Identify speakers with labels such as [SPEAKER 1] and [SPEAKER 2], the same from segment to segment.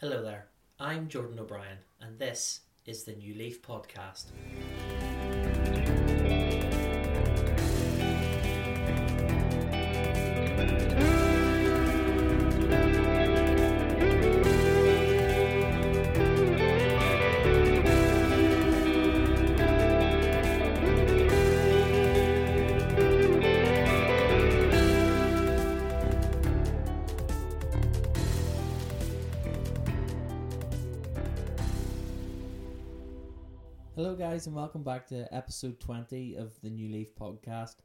[SPEAKER 1] Hello there, I'm Jordan O'Brien, and this is the New Leaf Podcast. Hello, guys, and welcome back to episode 20 of the New Leaf podcast.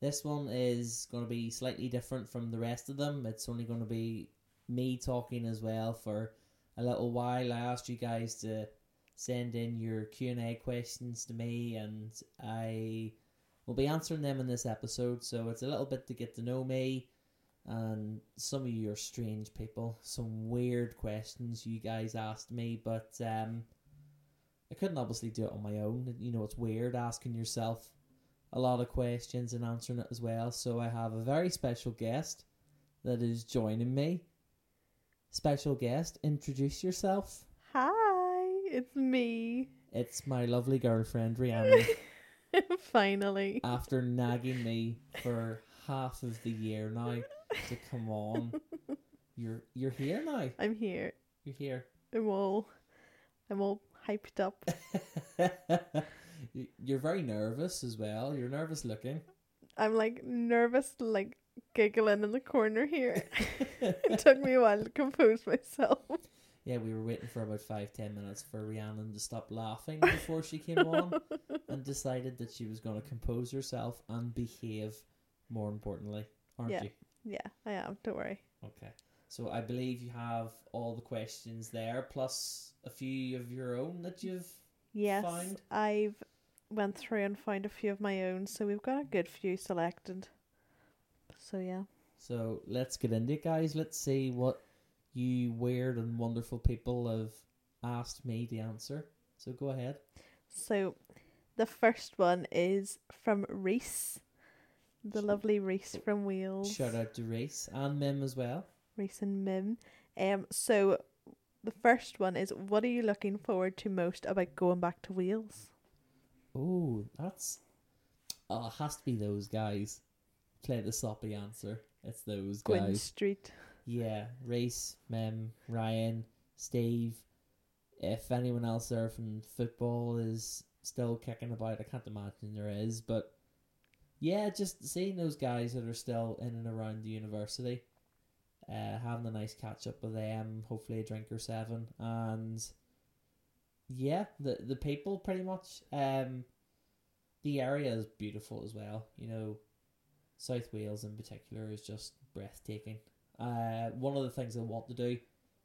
[SPEAKER 1] This one is going to be slightly different from the rest of them. It's only going to be me talking as well for a little while. I asked you guys to send in your Q&A questions to me and I will be answering them in this episode. So it's a little bit to get to know me and some of your strange people, some weird questions you guys asked me, but um I couldn't obviously do it on my own. You know, it's weird asking yourself a lot of questions and answering it as well. So I have a very special guest that is joining me. Special guest, introduce yourself.
[SPEAKER 2] Hi, it's me.
[SPEAKER 1] It's my lovely girlfriend Rihanna.
[SPEAKER 2] Finally.
[SPEAKER 1] after nagging me for half of the year now to come on, you're you're here now.
[SPEAKER 2] I'm here.
[SPEAKER 1] You're here.
[SPEAKER 2] I'm all I'm all hyped up.
[SPEAKER 1] You- you're very nervous as well. You're nervous looking.
[SPEAKER 2] I'm like nervous, like giggling in the corner here. it took me a while to compose myself.
[SPEAKER 1] Yeah, we were waiting for about five, ten minutes for Rhiannon to stop laughing before she came on and decided that she was going to compose herself and behave more importantly, aren't
[SPEAKER 2] Yeah.
[SPEAKER 1] you?
[SPEAKER 2] yeah, I am, don't worry.
[SPEAKER 1] Okay. So I believe you have all the questions there, plus a few of your own that you've.
[SPEAKER 2] Yes.
[SPEAKER 1] Find.
[SPEAKER 2] I've went through and found a few of my own, so we've got a good few selected. So yeah.
[SPEAKER 1] So let's get into it, guys. Let's see what you weird and wonderful people have asked me to answer. So go ahead.
[SPEAKER 2] So the first one is from Reese. The lovely Reese from Wales.
[SPEAKER 1] Shout out to Reese and Mim as well.
[SPEAKER 2] Reese and Mim. Um, so the first one is what are you looking forward to most about going back to Wales?
[SPEAKER 1] Oh, that's. Oh, it has to be those guys. Play the soppy answer. It's those
[SPEAKER 2] Gwyn
[SPEAKER 1] guys.
[SPEAKER 2] Street.
[SPEAKER 1] Yeah, Reese, Mem, Ryan, Steve. If anyone else there from football is still kicking about, I can't imagine there is, but yeah, just seeing those guys that are still in and around the university, uh, having a nice catch up with them, hopefully a drink or seven, and yeah, the the people pretty much. Um, the area is beautiful as well. You know, South Wales in particular is just breathtaking. Uh, one of the things I want to do,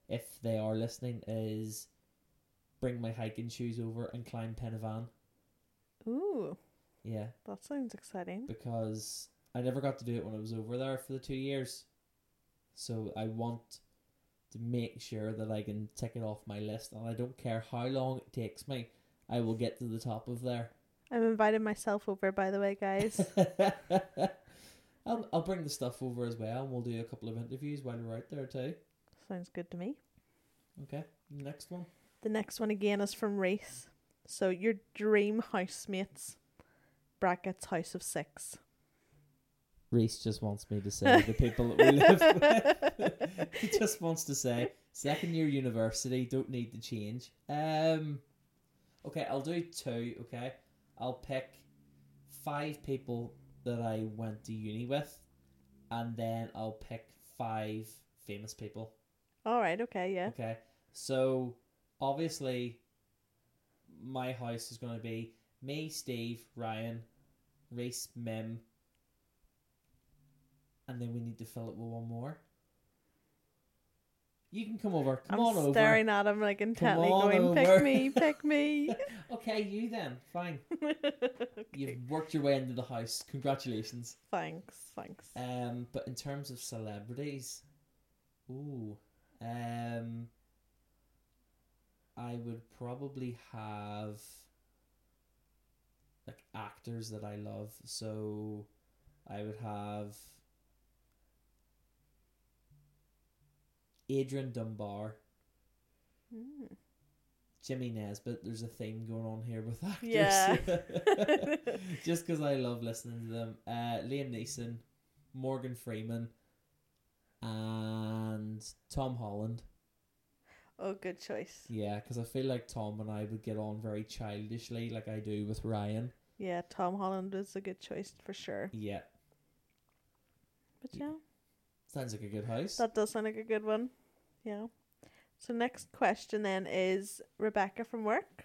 [SPEAKER 1] if they are listening, is bring my hiking shoes over and climb Penavan.
[SPEAKER 2] Ooh,
[SPEAKER 1] Yeah,
[SPEAKER 2] that sounds exciting.
[SPEAKER 1] because I never got to do it when I was over there for the two years. So I want to make sure that I can tick it off my list, and I don't care how long it takes me, I will get to the top of there.
[SPEAKER 2] I'm inviting myself over by the way, guys.
[SPEAKER 1] I'll, I'll bring the stuff over as well, and we'll do a couple of interviews while we're out there too.
[SPEAKER 2] sounds good to me.
[SPEAKER 1] Okay, next one.
[SPEAKER 2] The next one again is from Reese. So your dream housemates brackets house of six.
[SPEAKER 1] Reese just wants me to say the people that we live with. he just wants to say second year university don't need to change. Um, okay, I'll do two. Okay, I'll pick five people that I went to uni with, and then I'll pick five famous people.
[SPEAKER 2] All right, okay, yeah.
[SPEAKER 1] Okay. So obviously my house is gonna be me, Steve, Ryan, Reese, Mim, and then we need to fill it with one more. You can come over. Come on
[SPEAKER 2] I'm
[SPEAKER 1] over.
[SPEAKER 2] staring at him like intently
[SPEAKER 1] on
[SPEAKER 2] going,
[SPEAKER 1] over."
[SPEAKER 2] pick me, pick me.
[SPEAKER 1] Okay, you then. Fine.
[SPEAKER 2] okay.
[SPEAKER 1] You've worked your way into the house. Congratulations.
[SPEAKER 2] Thanks, thanks.
[SPEAKER 1] Um, but in terms of celebrities, ooh, um, I would probably have like actors that I love. So I would have Adrian Dunbar
[SPEAKER 2] Mm.
[SPEAKER 1] Jimmy Nesbitt, there's a theme going on here with actors.
[SPEAKER 2] Yeah. Mm.
[SPEAKER 1] Just because I love listening to them. Uh, Liam Neeson, Morgan Freeman, and Tom Holland.
[SPEAKER 2] Oh, good choice.
[SPEAKER 1] Yeah, because I feel like Tom and I would get on very childishly, like I do with Ryan.
[SPEAKER 2] Yeah, Tom Holland was a good choice for sure.
[SPEAKER 1] Yeah,
[SPEAKER 2] But
[SPEAKER 1] Yeah.
[SPEAKER 2] yeah,
[SPEAKER 1] sounds like a good house.
[SPEAKER 2] that does sound like a good one. Yeah. So next question then is Rebecca from work.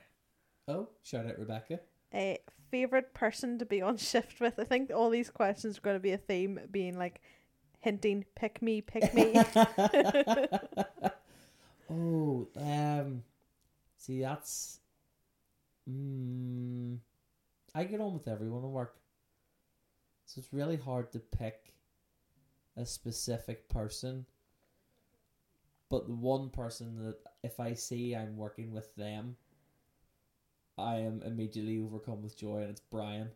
[SPEAKER 1] oh, shout out Rebecca.
[SPEAKER 2] A favorite person to be on shift with. I think all these questions are going to be a theme being like hinting pick me, pick me.
[SPEAKER 1] oh, um, see, that's. Mm, I get on with everyone at work, so it's really hard to pick a specific person. But the one person that if I see I'm working with them, I am immediately overcome with joy, and it's Brian.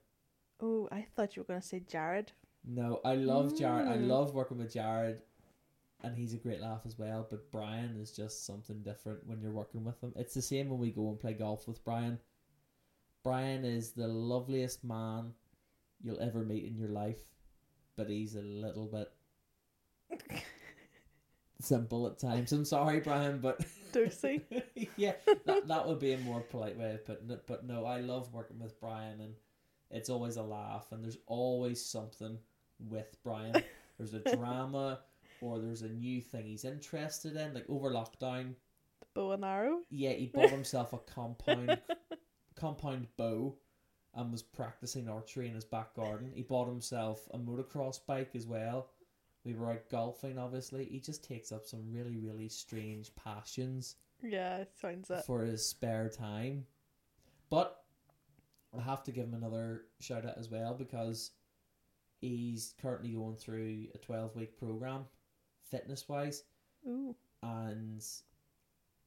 [SPEAKER 2] oh, I thought you were going to say Jared.
[SPEAKER 1] No, I love Jared. I
[SPEAKER 2] Mm.
[SPEAKER 1] love working with Jared, and he's a great laugh as well. But Brian is just something different when you're working with him. It's the same when we go and play golf with Brian. Brian is the loveliest man you'll ever meet in your life, but he's a little bit simple at times. I'm sorry, Brian, but
[SPEAKER 2] Dursey.
[SPEAKER 1] yeah, that, that would be a more polite way of putting it. But no, I love working with Brian, and it's always a laugh, and there's always something with Brian. There's a drama, or there's a new thing he's interested in. Like over lockdown,
[SPEAKER 2] Bow and arrow.
[SPEAKER 1] yeah, he bought himself a compound compound bow and was practicing archery in his back garden. He bought himself a motocross bike as well. We were out golfing, obviously. He just takes up some really, really strange passions
[SPEAKER 2] Yeah, sounds it.
[SPEAKER 1] for his spare time. But I have to give him another shout out as well because he's currently going through a 12 week program, fitness wise,
[SPEAKER 2] Ooh.
[SPEAKER 1] and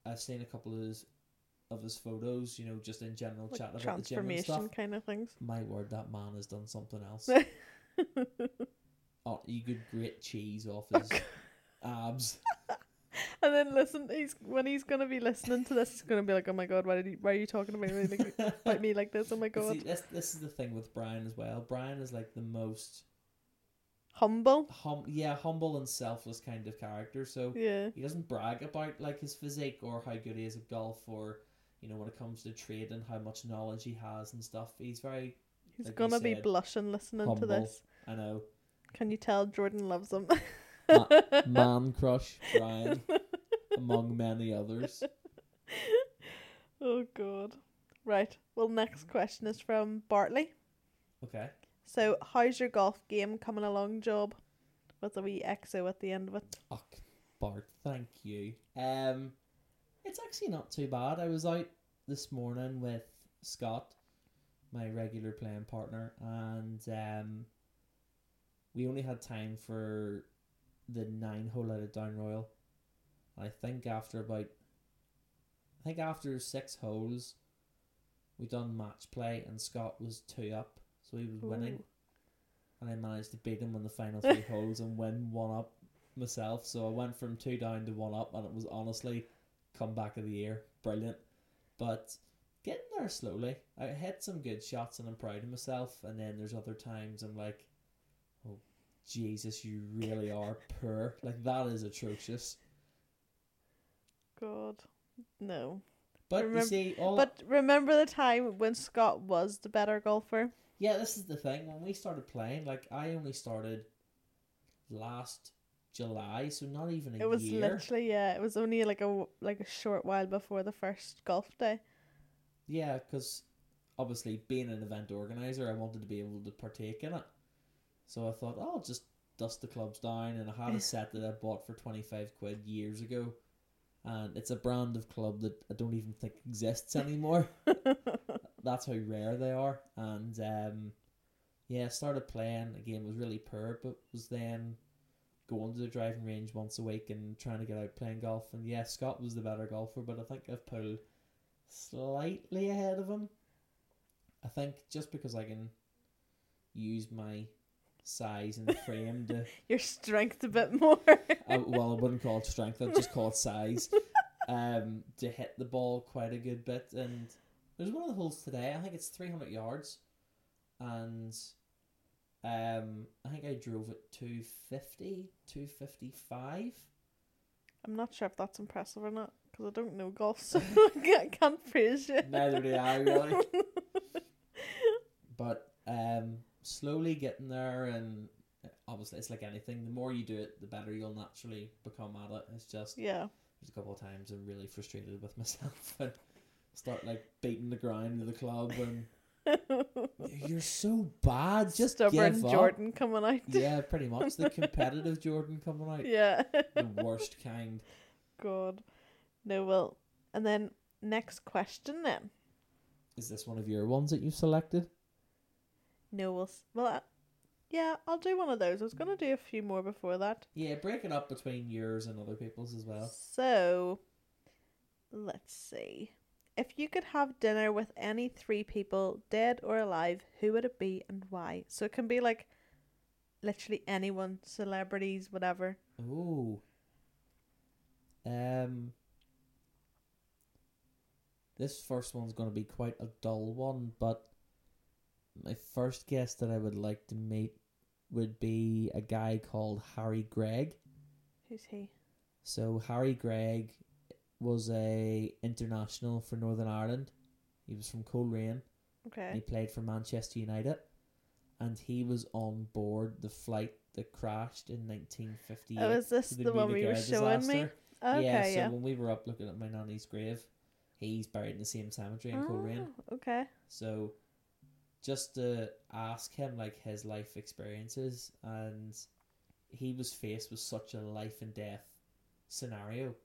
[SPEAKER 1] I've seen a couple of his, of his photos, you know, just in general
[SPEAKER 2] Like
[SPEAKER 1] chat about the gym and stuff.
[SPEAKER 2] transformation kind of things.
[SPEAKER 1] My word, that man has done something else.
[SPEAKER 2] and
[SPEAKER 1] oh, you could grate cheese off
[SPEAKER 2] Oh,
[SPEAKER 1] his abs.
[SPEAKER 2] then listen, he's when he's gonna be listening to this, he's gonna be like, "Oh my god, why did you, why are you talking about me like, about me like this? Oh my god,
[SPEAKER 1] See, this, this is the thing with Brian as well. Brian is like the most
[SPEAKER 2] humble."
[SPEAKER 1] hum yeah humble and selfless kind of character so
[SPEAKER 2] Yeah,
[SPEAKER 1] he doesn't brag about like his physique or how good he is at golf or you know when it comes to trade and how much knowledge he has and stuff he's very
[SPEAKER 2] he's
[SPEAKER 1] Like you
[SPEAKER 2] gonna be
[SPEAKER 1] said,
[SPEAKER 2] blushing listening
[SPEAKER 1] humble.
[SPEAKER 2] to this.
[SPEAKER 1] i know
[SPEAKER 2] Can you tell Jordan loves him?
[SPEAKER 1] man crush brian among many others
[SPEAKER 2] oh god. Right. Well, next question is from Bartley.
[SPEAKER 1] okay
[SPEAKER 2] So, how's your golf game coming along, job? With a wee exo at the end of it.
[SPEAKER 1] Fuck, Bart, thank you. Um, it's actually not too bad. I was out this morning with Scott, my regular playing partner, and um, we only had time for the nine hole out of Down Royal. And I think after about, I think after six holes, we done match play, and Scott was two up, so he was winning
[SPEAKER 2] Ooh.
[SPEAKER 1] and I managed to beat him on the final three holes and win one up myself. So I went from two down to one up, and it was honestly comeback of the year, brilliant. But getting there slowly. I hit some good shots, and I'm proud of myself. And then there's other times I'm like, oh Jesus, you really are poor. Like that is atrocious.
[SPEAKER 2] God, no.
[SPEAKER 1] But
[SPEAKER 2] Remem-
[SPEAKER 1] you see, all
[SPEAKER 2] But remember the time when Scott was the better golfer?
[SPEAKER 1] Yeah, this is the thing. When we started playing, like I only started last July, so not even a
[SPEAKER 2] It was
[SPEAKER 1] year.
[SPEAKER 2] literally yeah. It was only like a w- like a short while before the first golf day.
[SPEAKER 1] Yeah, because obviously being an event organizer, I wanted to be able to partake in it. So I thought, "Oh, I'll just dust the clubs down, and I had a set that I bought for twenty five quid years ago, and it's a brand of club that I don't even think exists anymore. That's how rare they are, and um, yeah, I started playing. Again, was really poor, but was then going to the driving range once a week and trying to get out playing golf. And yeah, Scott was the better golfer, but I think I've pulled slightly ahead of him. I think just because I can use my size and frame to
[SPEAKER 2] Your strength a bit more.
[SPEAKER 1] I, well, I wouldn't call it strength. I'd just call it size. um, to hit the ball quite a good bit. And there's one of the holes today. I think it's 300 yards, and um, I think I drove it 250, 255.
[SPEAKER 2] I'm not sure if that's impressive or not because I don't know golf, so I can't- can't praise you.
[SPEAKER 1] Neither do I really. but um, slowly getting there, and uh, obviously it's like anything. The more you do it, the better you'll naturally become at it. It's just
[SPEAKER 2] yeah,
[SPEAKER 1] there's a couple of times I'm really frustrated with myself and start like beating the ground of the club and you're so bad. Just
[SPEAKER 2] stubborn
[SPEAKER 1] give up.
[SPEAKER 2] Jordan coming out.
[SPEAKER 1] Yeah, pretty much the competitive Jordan coming out.
[SPEAKER 2] yeah.
[SPEAKER 1] The worst kind.
[SPEAKER 2] God. No, well, and then next question then.
[SPEAKER 1] Is this one of your ones that you've selected?
[SPEAKER 2] No, we'll. s- Well, I, yeah, I'll do one of those. I was going to do a few more before that.
[SPEAKER 1] Yeah, break it up between yours and other people's as well.
[SPEAKER 2] So, let's see. If you could have dinner with any three people, dead or alive, who would it be and why? So it can be like literally anyone, celebrities, whatever.
[SPEAKER 1] Oh. Um. This first one's going to be quite a dull one, but my first guest that I would like to meet would be a guy called Harry Gregg.
[SPEAKER 2] Who's he?
[SPEAKER 1] So Harry Gregg was a international for Northern Ireland. He was from Coleraine. and He
[SPEAKER 2] Okay.
[SPEAKER 1] played for Manchester United, and he was on board the flight that crashed in 1958.
[SPEAKER 2] Oh, is this
[SPEAKER 1] to
[SPEAKER 2] the, one
[SPEAKER 1] Munich
[SPEAKER 2] we were
[SPEAKER 1] air
[SPEAKER 2] showing me?
[SPEAKER 1] disaster.
[SPEAKER 2] Okay,
[SPEAKER 1] yeah,
[SPEAKER 2] yeah.
[SPEAKER 1] so when we were up looking at my nanny's grave, he's buried in the same cemetery in Coleraine.
[SPEAKER 2] Oh, okay.
[SPEAKER 1] So just to ask him like his life experiences and he was faced with such a life and death scenario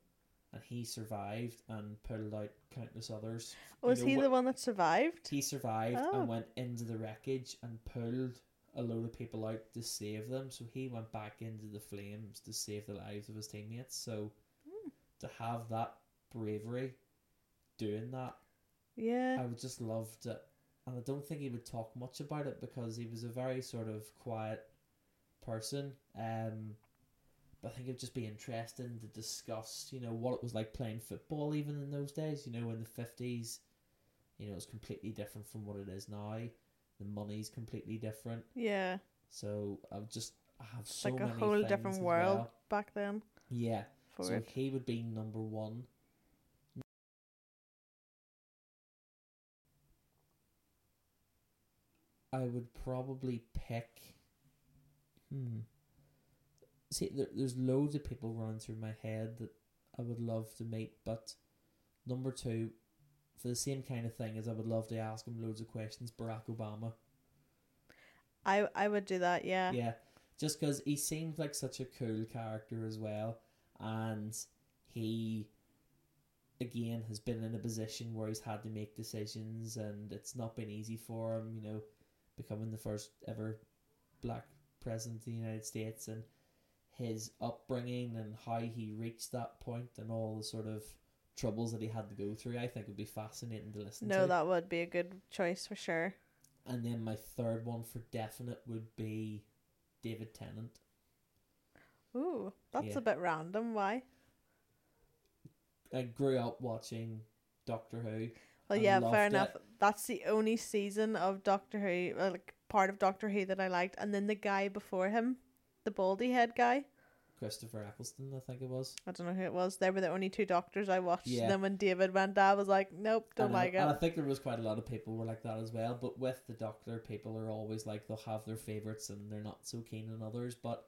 [SPEAKER 1] and he survived and pulled out countless others. You
[SPEAKER 2] Was
[SPEAKER 1] know,
[SPEAKER 2] he
[SPEAKER 1] wh-
[SPEAKER 2] the one that survived?
[SPEAKER 1] he survived
[SPEAKER 2] Oh.
[SPEAKER 1] and went into the wreckage and pulled a load of people out to save them. So he went back into the flames to save the lives of his teammates. So
[SPEAKER 2] Hmm.
[SPEAKER 1] to have that bravery doing that,
[SPEAKER 2] Yeah.
[SPEAKER 1] I would just love to. And I don't think he would talk much about it because he was a very sort of quiet person. Um, but I think it would just be interesting to discuss, you know, what it was like playing football even in those days. You know, in the fifties, you know, it was completely different from what it is now. The money's completely different.
[SPEAKER 2] Yeah.
[SPEAKER 1] So I've just I have
[SPEAKER 2] It's
[SPEAKER 1] so
[SPEAKER 2] like a
[SPEAKER 1] many
[SPEAKER 2] whole
[SPEAKER 1] things
[SPEAKER 2] different
[SPEAKER 1] as
[SPEAKER 2] world
[SPEAKER 1] well.
[SPEAKER 2] back then
[SPEAKER 1] Yeah.
[SPEAKER 2] for
[SPEAKER 1] So
[SPEAKER 2] it.
[SPEAKER 1] he would be number one. I would probably pick. Hmm. See, there, there's loads of people running through my head that I would love to meet, but number two, for the same kind of thing, is I would love to ask him loads of questions. Barack Obama.
[SPEAKER 2] I I would do that, yeah.
[SPEAKER 1] Yeah, just because he seemed like such a cool character as well, and he again has been in a position where he's had to make decisions, and it's not been easy for him. You know, becoming the first ever black president of the United States, and his upbringing and how he reached that point, and all the sort of troubles that he had to go through, I think would be fascinating to listen
[SPEAKER 2] No,
[SPEAKER 1] to.
[SPEAKER 2] that would be a good choice for sure.
[SPEAKER 1] and then my third one for definite would be David Tennant.
[SPEAKER 2] Ooh, that's
[SPEAKER 1] Yeah.
[SPEAKER 2] a bit random. Why?
[SPEAKER 1] I grew up watching Doctor Who.
[SPEAKER 2] Well,
[SPEAKER 1] I
[SPEAKER 2] yeah,
[SPEAKER 1] loved
[SPEAKER 2] fair
[SPEAKER 1] it.
[SPEAKER 2] enough. That's the only season of Doctor Who, or like part of Doctor Who that I liked, and then the guy before him, the baldy head guy.
[SPEAKER 1] Christopher Eccleston, I think it was.
[SPEAKER 2] I don't know who it was. They were the only two doctors I watched.
[SPEAKER 1] Yeah.
[SPEAKER 2] And then when David went, I was like, nope, don't
[SPEAKER 1] and I,
[SPEAKER 2] like it.
[SPEAKER 1] And I think there was quite a lot of people were like that as well. But with the Doctor, people are always like they'll have their favourites and they're not so keen on others. But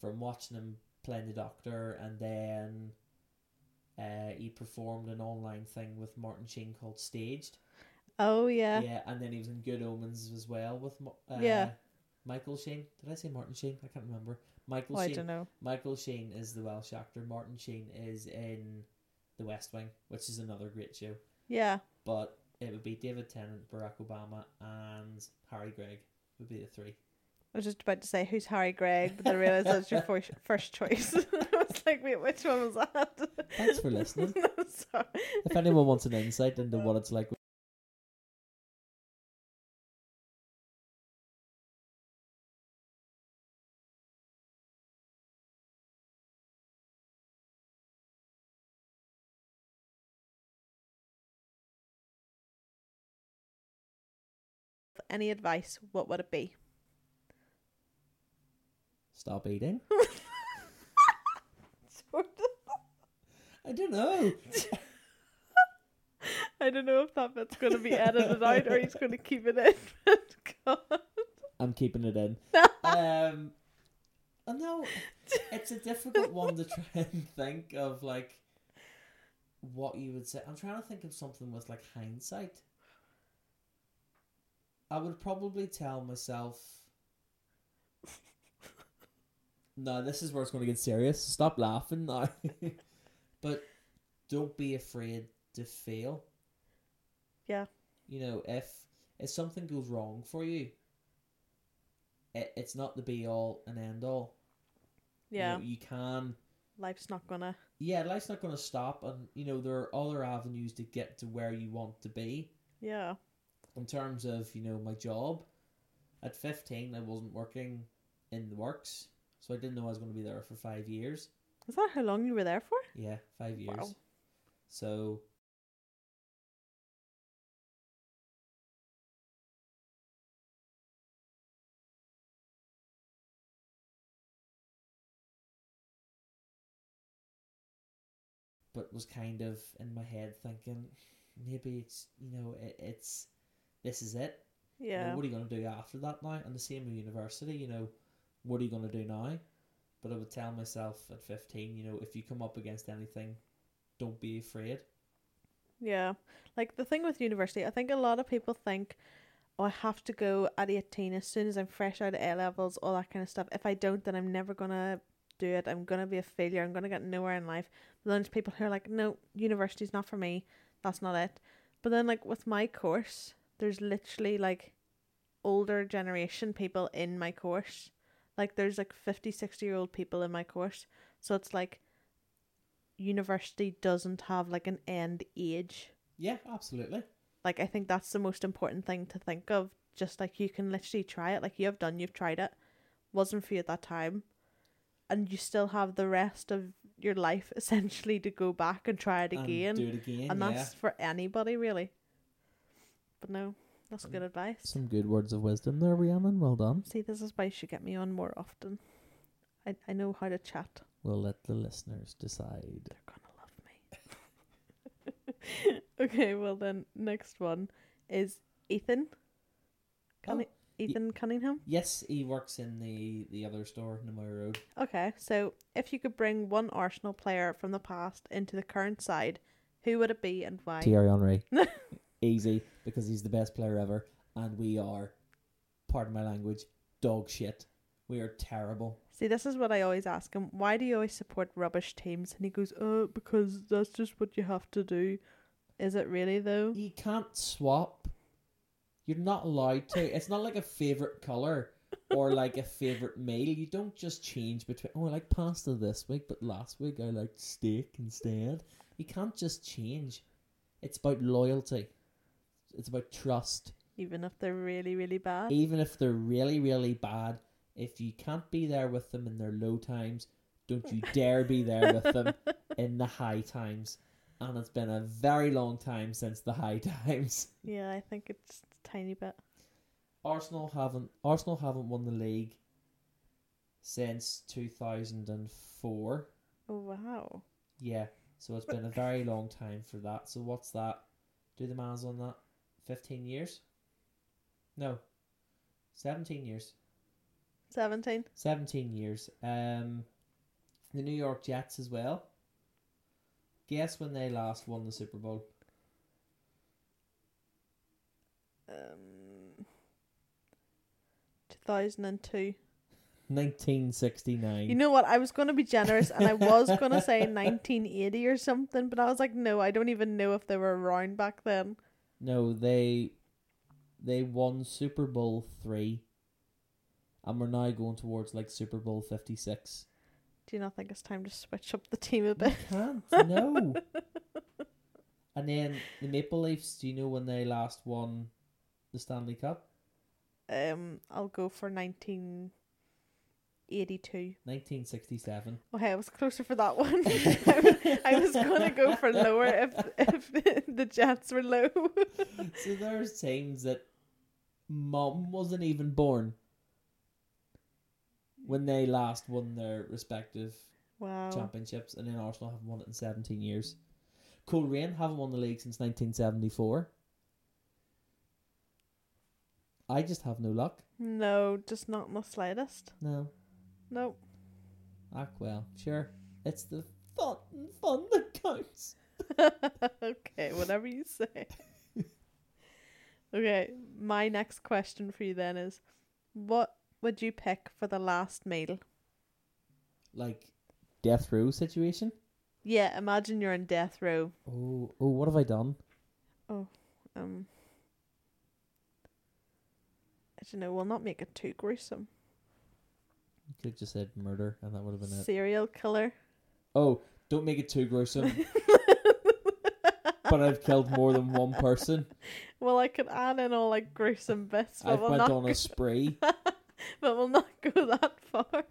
[SPEAKER 1] from watching him playing the Doctor and then uh, he performed an online thing with Martin Sheen called Staged.
[SPEAKER 2] oh yeah.
[SPEAKER 1] yeah, and then he was in Good Omens as well with Mo- uh,
[SPEAKER 2] Yeah.
[SPEAKER 1] Michael Sheen. Did I say Martin Sheen? I can't remember. Michael
[SPEAKER 2] Well, Oh, I
[SPEAKER 1] Sheen.
[SPEAKER 2] don't know.
[SPEAKER 1] Michael Sheen is the Welsh actor. Martin Sheen is in The West Wing, which is another great show.
[SPEAKER 2] Yeah.
[SPEAKER 1] But it would be David Tennant, Barack Obama, and Harry Gregg would be the three.
[SPEAKER 2] I was just about to say who's Harry Gregg, but then I realised that was your first, first choice. I was like, wait, which one was that?
[SPEAKER 1] Thanks for listening.
[SPEAKER 2] I'm sorry.
[SPEAKER 1] if anyone wants an insight into what it's like,
[SPEAKER 2] any advice, what would it be?
[SPEAKER 1] Stop eating.
[SPEAKER 2] Sort of.
[SPEAKER 1] I don't know.
[SPEAKER 2] I don't know if that bit's going to be edited out or he's going to keep it in. God.
[SPEAKER 1] I'm keeping it in. um, I know it's a difficult one to try and think of, like what you would say. I'm trying to think of something with like hindsight. I would probably tell myself. No, this is where it's going to get serious. Stop laughing now. but don't be afraid to fail.
[SPEAKER 2] Yeah.
[SPEAKER 1] You know, if if something goes wrong for you, it, it's not the be all and end all. You
[SPEAKER 2] Yeah,
[SPEAKER 1] know, you can.
[SPEAKER 2] life's not going to.
[SPEAKER 1] Yeah, life's not going to stop, and you know there are other avenues to get to where you want to be.
[SPEAKER 2] Yeah.
[SPEAKER 1] In terms of you know my job, at fifteen I wasn't working in the works, so I didn't know I was going to be there for five years.
[SPEAKER 2] Is that how long you were there for?
[SPEAKER 1] Yeah, five years.
[SPEAKER 2] Wow.
[SPEAKER 1] So but was kind of in my head thinking maybe it's you know it, it's this is it you know,
[SPEAKER 2] Yeah.
[SPEAKER 1] what are you going to do after that now? And the same with university, you know, what are you going to do now? But I would tell myself at 15, you know, if you come up against anything, don't be afraid.
[SPEAKER 2] Yeah. Like the thing with university, I think a lot of people think, oh, I have to go at 18 as soon as I'm fresh out of A levels, all that kind of stuff. If I don't, then I'm never going to do it. I'm going to be a failure. I'm going to get nowhere in life. But then there's people who are like, no, university's not for me. That's not it. But then, like, with my course, there's literally like older generation people in my course. Like, there's like 50, 60 year old people in my course. So it's like, university doesn't have like an end age
[SPEAKER 1] Yeah, absolutely.
[SPEAKER 2] like i think that's the most important thing to think of just like you can literally try it like you have done you've tried it wasn't for you at that time and you still have the rest of your life essentially to go back and try it
[SPEAKER 1] And
[SPEAKER 2] again
[SPEAKER 1] do it again.
[SPEAKER 2] and
[SPEAKER 1] yeah.
[SPEAKER 2] that's for anybody really but no that's good advice
[SPEAKER 1] Mm. Some good words of wisdom there, Rhiannon. Well done.
[SPEAKER 2] see this is why you should get me on more often i, I know how to chat
[SPEAKER 1] We'll let the listeners decide.
[SPEAKER 2] They're gonna love me. okay, well then next one is Ethan.
[SPEAKER 1] Oh.
[SPEAKER 2] Cunni- Ethan Cunningham.
[SPEAKER 1] Yes, he works in the, the other store, Namur Road.
[SPEAKER 2] Okay, so if you could bring one Arsenal player from the past into the current side, who would it be and why?
[SPEAKER 1] Thierry Henry. Easy, because he's the best player ever. And we are, pardon my language, dog shit. We are terrible.
[SPEAKER 2] See, this is what I always ask him. Why do you always support rubbish teams? And he goes, "Uh, because that's just what you have to do." Is it really though?
[SPEAKER 1] You can't swap. You're not allowed to. It's not like a favorite color or like a favorite meal. You don't just change between. Oh, I like pasta this week, but last week I liked steak instead. You can't just change. It's about loyalty. It's about trust.
[SPEAKER 2] Even if they're really, really bad.
[SPEAKER 1] Even if they're really, really bad, if you can't be there with them in their low times, don't you dare be there with them in the high times. And it's been a very long time since the high times.
[SPEAKER 2] yeah, I think it's a tiny bit.
[SPEAKER 1] Arsenal haven't Arsenal haven't won the league since two thousand and four.
[SPEAKER 2] Oh wow.
[SPEAKER 1] Yeah, so it's been a very long time for that. So what's that? Do the miles on that? Fifteen years? No, seventeen years.
[SPEAKER 2] Seventeen.
[SPEAKER 1] Seventeen years. Um, the New York Jets as well. Guess when they last won the Super Bowl?
[SPEAKER 2] um, 2002.
[SPEAKER 1] Nineteen sixty nine.
[SPEAKER 2] You know what? I was going to be generous and I was going to say 1980 or something, but I was like, no, I don't even know if they were around back then.
[SPEAKER 1] No, they they won Super Bowl three, and we're now going towards like Super Bowl fifty six.
[SPEAKER 2] Do you not think it's time to switch up the team a
[SPEAKER 1] You
[SPEAKER 2] bit?
[SPEAKER 1] can't no. And then the Maple Leafs. Do you know when they last won the Stanley Cup?
[SPEAKER 2] Um, I'll go for 1982.
[SPEAKER 1] Nineteen sixty seven.
[SPEAKER 2] Okay, I was closer for that one. I was- I was going to go for lower if, if the Jets were low.
[SPEAKER 1] So there's teams that mom wasn't even born when they last won their respective
[SPEAKER 2] Wow.
[SPEAKER 1] championships, and then Arsenal haven't won it in 17 years. Coleraine haven't won the league since 1974. I just have no luck.
[SPEAKER 2] No, just not in the slightest.
[SPEAKER 1] No.
[SPEAKER 2] Nope.
[SPEAKER 1] Ah, well, sure. It's the fun, fun that counts.
[SPEAKER 2] okay, whatever you say. okay, my next question for you then is what would you pick for the last meal?
[SPEAKER 1] Like, death row situation.
[SPEAKER 2] Yeah, imagine you're in death row.
[SPEAKER 1] Oh, oh, what have I done?
[SPEAKER 2] Um I don't know, we'll not make it too gruesome.
[SPEAKER 1] You could have just said murder, and that would have been it.
[SPEAKER 2] Serial killer.
[SPEAKER 1] Oh, don't make it too gruesome. but I've killed more than one person.
[SPEAKER 2] Well, I could add in all like gruesome bits, but
[SPEAKER 1] I've
[SPEAKER 2] we'll
[SPEAKER 1] went
[SPEAKER 2] not
[SPEAKER 1] on
[SPEAKER 2] go-
[SPEAKER 1] a spree.
[SPEAKER 2] but we'll not go that far.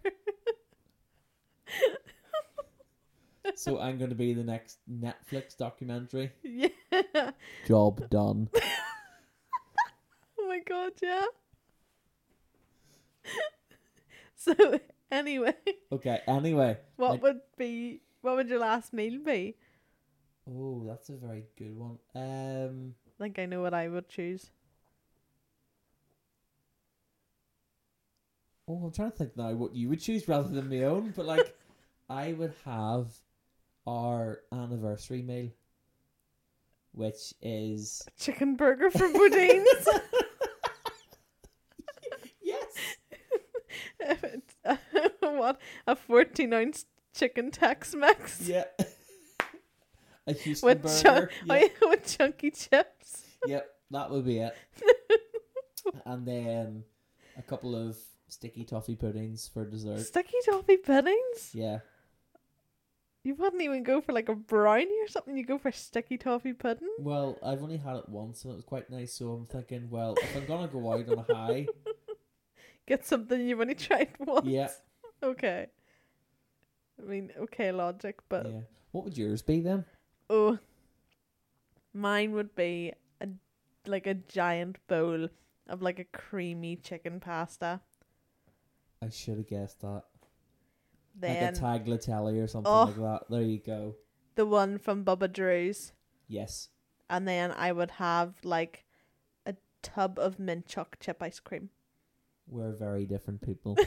[SPEAKER 1] so I'm going to be the next Netflix documentary.
[SPEAKER 2] yeah. Oh
[SPEAKER 1] Job done.
[SPEAKER 2] my god, yeah. so anyway,
[SPEAKER 1] Okay. Anyway.
[SPEAKER 2] what
[SPEAKER 1] Like-
[SPEAKER 2] would be what would your last meal be?
[SPEAKER 1] Oh, that's a very good one. Um,
[SPEAKER 2] I think I know what I would choose.
[SPEAKER 1] oh, I'm trying to think now what you would choose rather than my own, but like, I would have our anniversary meal, which is
[SPEAKER 2] Chicken burger from Boudin's.
[SPEAKER 1] yes,
[SPEAKER 2] If it's- what a fourteen ounce chicken Tex Mex
[SPEAKER 1] yeah, a Houston
[SPEAKER 2] with
[SPEAKER 1] burger.
[SPEAKER 2] chun-
[SPEAKER 1] yeah.
[SPEAKER 2] oh, yeah, with chunky chips.
[SPEAKER 1] yep, that would be it. and then a couple of sticky toffee puddings for dessert.
[SPEAKER 2] Sticky toffee puddings?
[SPEAKER 1] Yeah,
[SPEAKER 2] You wouldn't even go for like a brownie or something. You go for sticky toffee pudding.
[SPEAKER 1] Well, I've only had it once and it was quite nice, so I'm thinking, well, if I'm gonna go out on a high,
[SPEAKER 2] Get something you've only tried once.
[SPEAKER 1] yeah,
[SPEAKER 2] Okay. I mean, okay, logic, but
[SPEAKER 1] yeah. What would yours be then?
[SPEAKER 2] oh, mine would be a like a giant bowl of like a creamy chicken pasta.
[SPEAKER 1] I should have guessed that,
[SPEAKER 2] Then
[SPEAKER 1] like a tagliatelle or something
[SPEAKER 2] Oh.
[SPEAKER 1] like that. There you go.
[SPEAKER 2] the one from Bubba Drew's.
[SPEAKER 1] Yes.
[SPEAKER 2] and then I would have like a tub of mint choc chip ice cream.
[SPEAKER 1] We're very different people.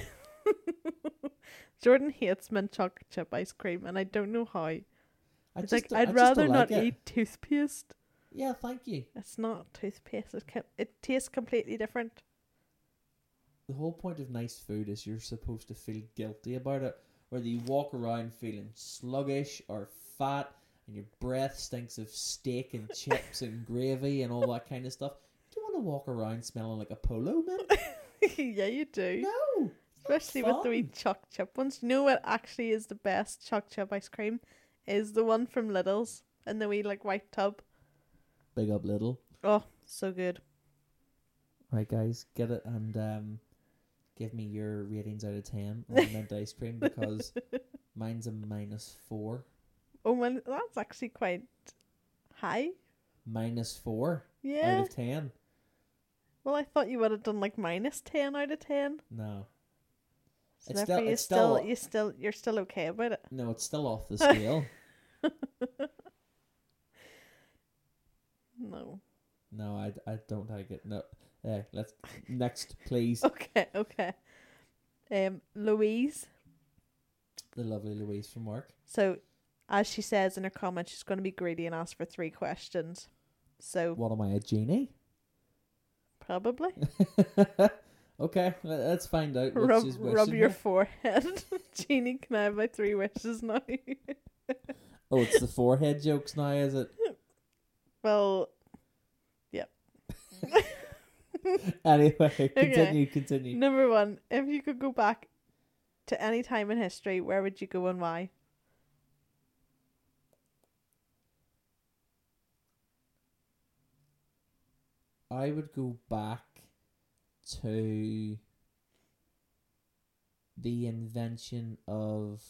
[SPEAKER 2] Jordan hates mint choc chip ice cream, and I don't know how.
[SPEAKER 1] I
[SPEAKER 2] it's
[SPEAKER 1] just
[SPEAKER 2] like
[SPEAKER 1] don't- I
[SPEAKER 2] I'd
[SPEAKER 1] just
[SPEAKER 2] rather
[SPEAKER 1] don't
[SPEAKER 2] not
[SPEAKER 1] like it.
[SPEAKER 2] eat toothpaste.
[SPEAKER 1] Yeah, thank you.
[SPEAKER 2] It's not toothpaste. It ca- it tastes completely different.
[SPEAKER 1] The whole point of nice food is you're supposed to feel guilty about it, whether you walk around feeling sluggish or fat, and your breath stinks of steak and chips and gravy and all that kind of stuff. Do you want to walk around smelling like a polo man?
[SPEAKER 2] yeah, you do.
[SPEAKER 1] No,
[SPEAKER 2] Especially with the wee choc chip ones. You know what actually is the best choc chip ice cream? Is the one from Little's in the wee like white tub.
[SPEAKER 1] big up little.
[SPEAKER 2] Oh, so good.
[SPEAKER 1] Right, guys, get it and um, give me your ratings out of ten on mint ice cream because mine's a minus four.
[SPEAKER 2] Oh, well, that's actually quite high.
[SPEAKER 1] Minus four
[SPEAKER 2] Yeah.
[SPEAKER 1] out of ten.
[SPEAKER 2] Well, I thought you would have done like minus ten out of ten.
[SPEAKER 1] No,
[SPEAKER 2] So
[SPEAKER 1] It's
[SPEAKER 2] therefore
[SPEAKER 1] still-
[SPEAKER 2] you
[SPEAKER 1] it's
[SPEAKER 2] still,
[SPEAKER 1] still-
[SPEAKER 2] you still you're still okay about it.
[SPEAKER 1] no, it's still off the scale.
[SPEAKER 2] No.
[SPEAKER 1] No, I, I don't like it. No. Eh, let's next, please.
[SPEAKER 2] Okay, okay. Um Louise.
[SPEAKER 1] The lovely Louise from work.
[SPEAKER 2] So as she says in her comment, she's gonna be greedy and ask for three questions. So
[SPEAKER 1] What am I, a genie?
[SPEAKER 2] probably
[SPEAKER 1] okay, let- let's find out. What
[SPEAKER 2] rub
[SPEAKER 1] she's
[SPEAKER 2] rub
[SPEAKER 1] wishing
[SPEAKER 2] your
[SPEAKER 1] for.
[SPEAKER 2] forehead. Jeannie, can I have my three wishes now?
[SPEAKER 1] Oh, it's the forehead jokes now, is it?
[SPEAKER 2] well Yep.
[SPEAKER 1] Anyway, continue, continue.
[SPEAKER 2] Number one, if you could go back to any time in history, where would you go and why?
[SPEAKER 1] I would go back to the invention of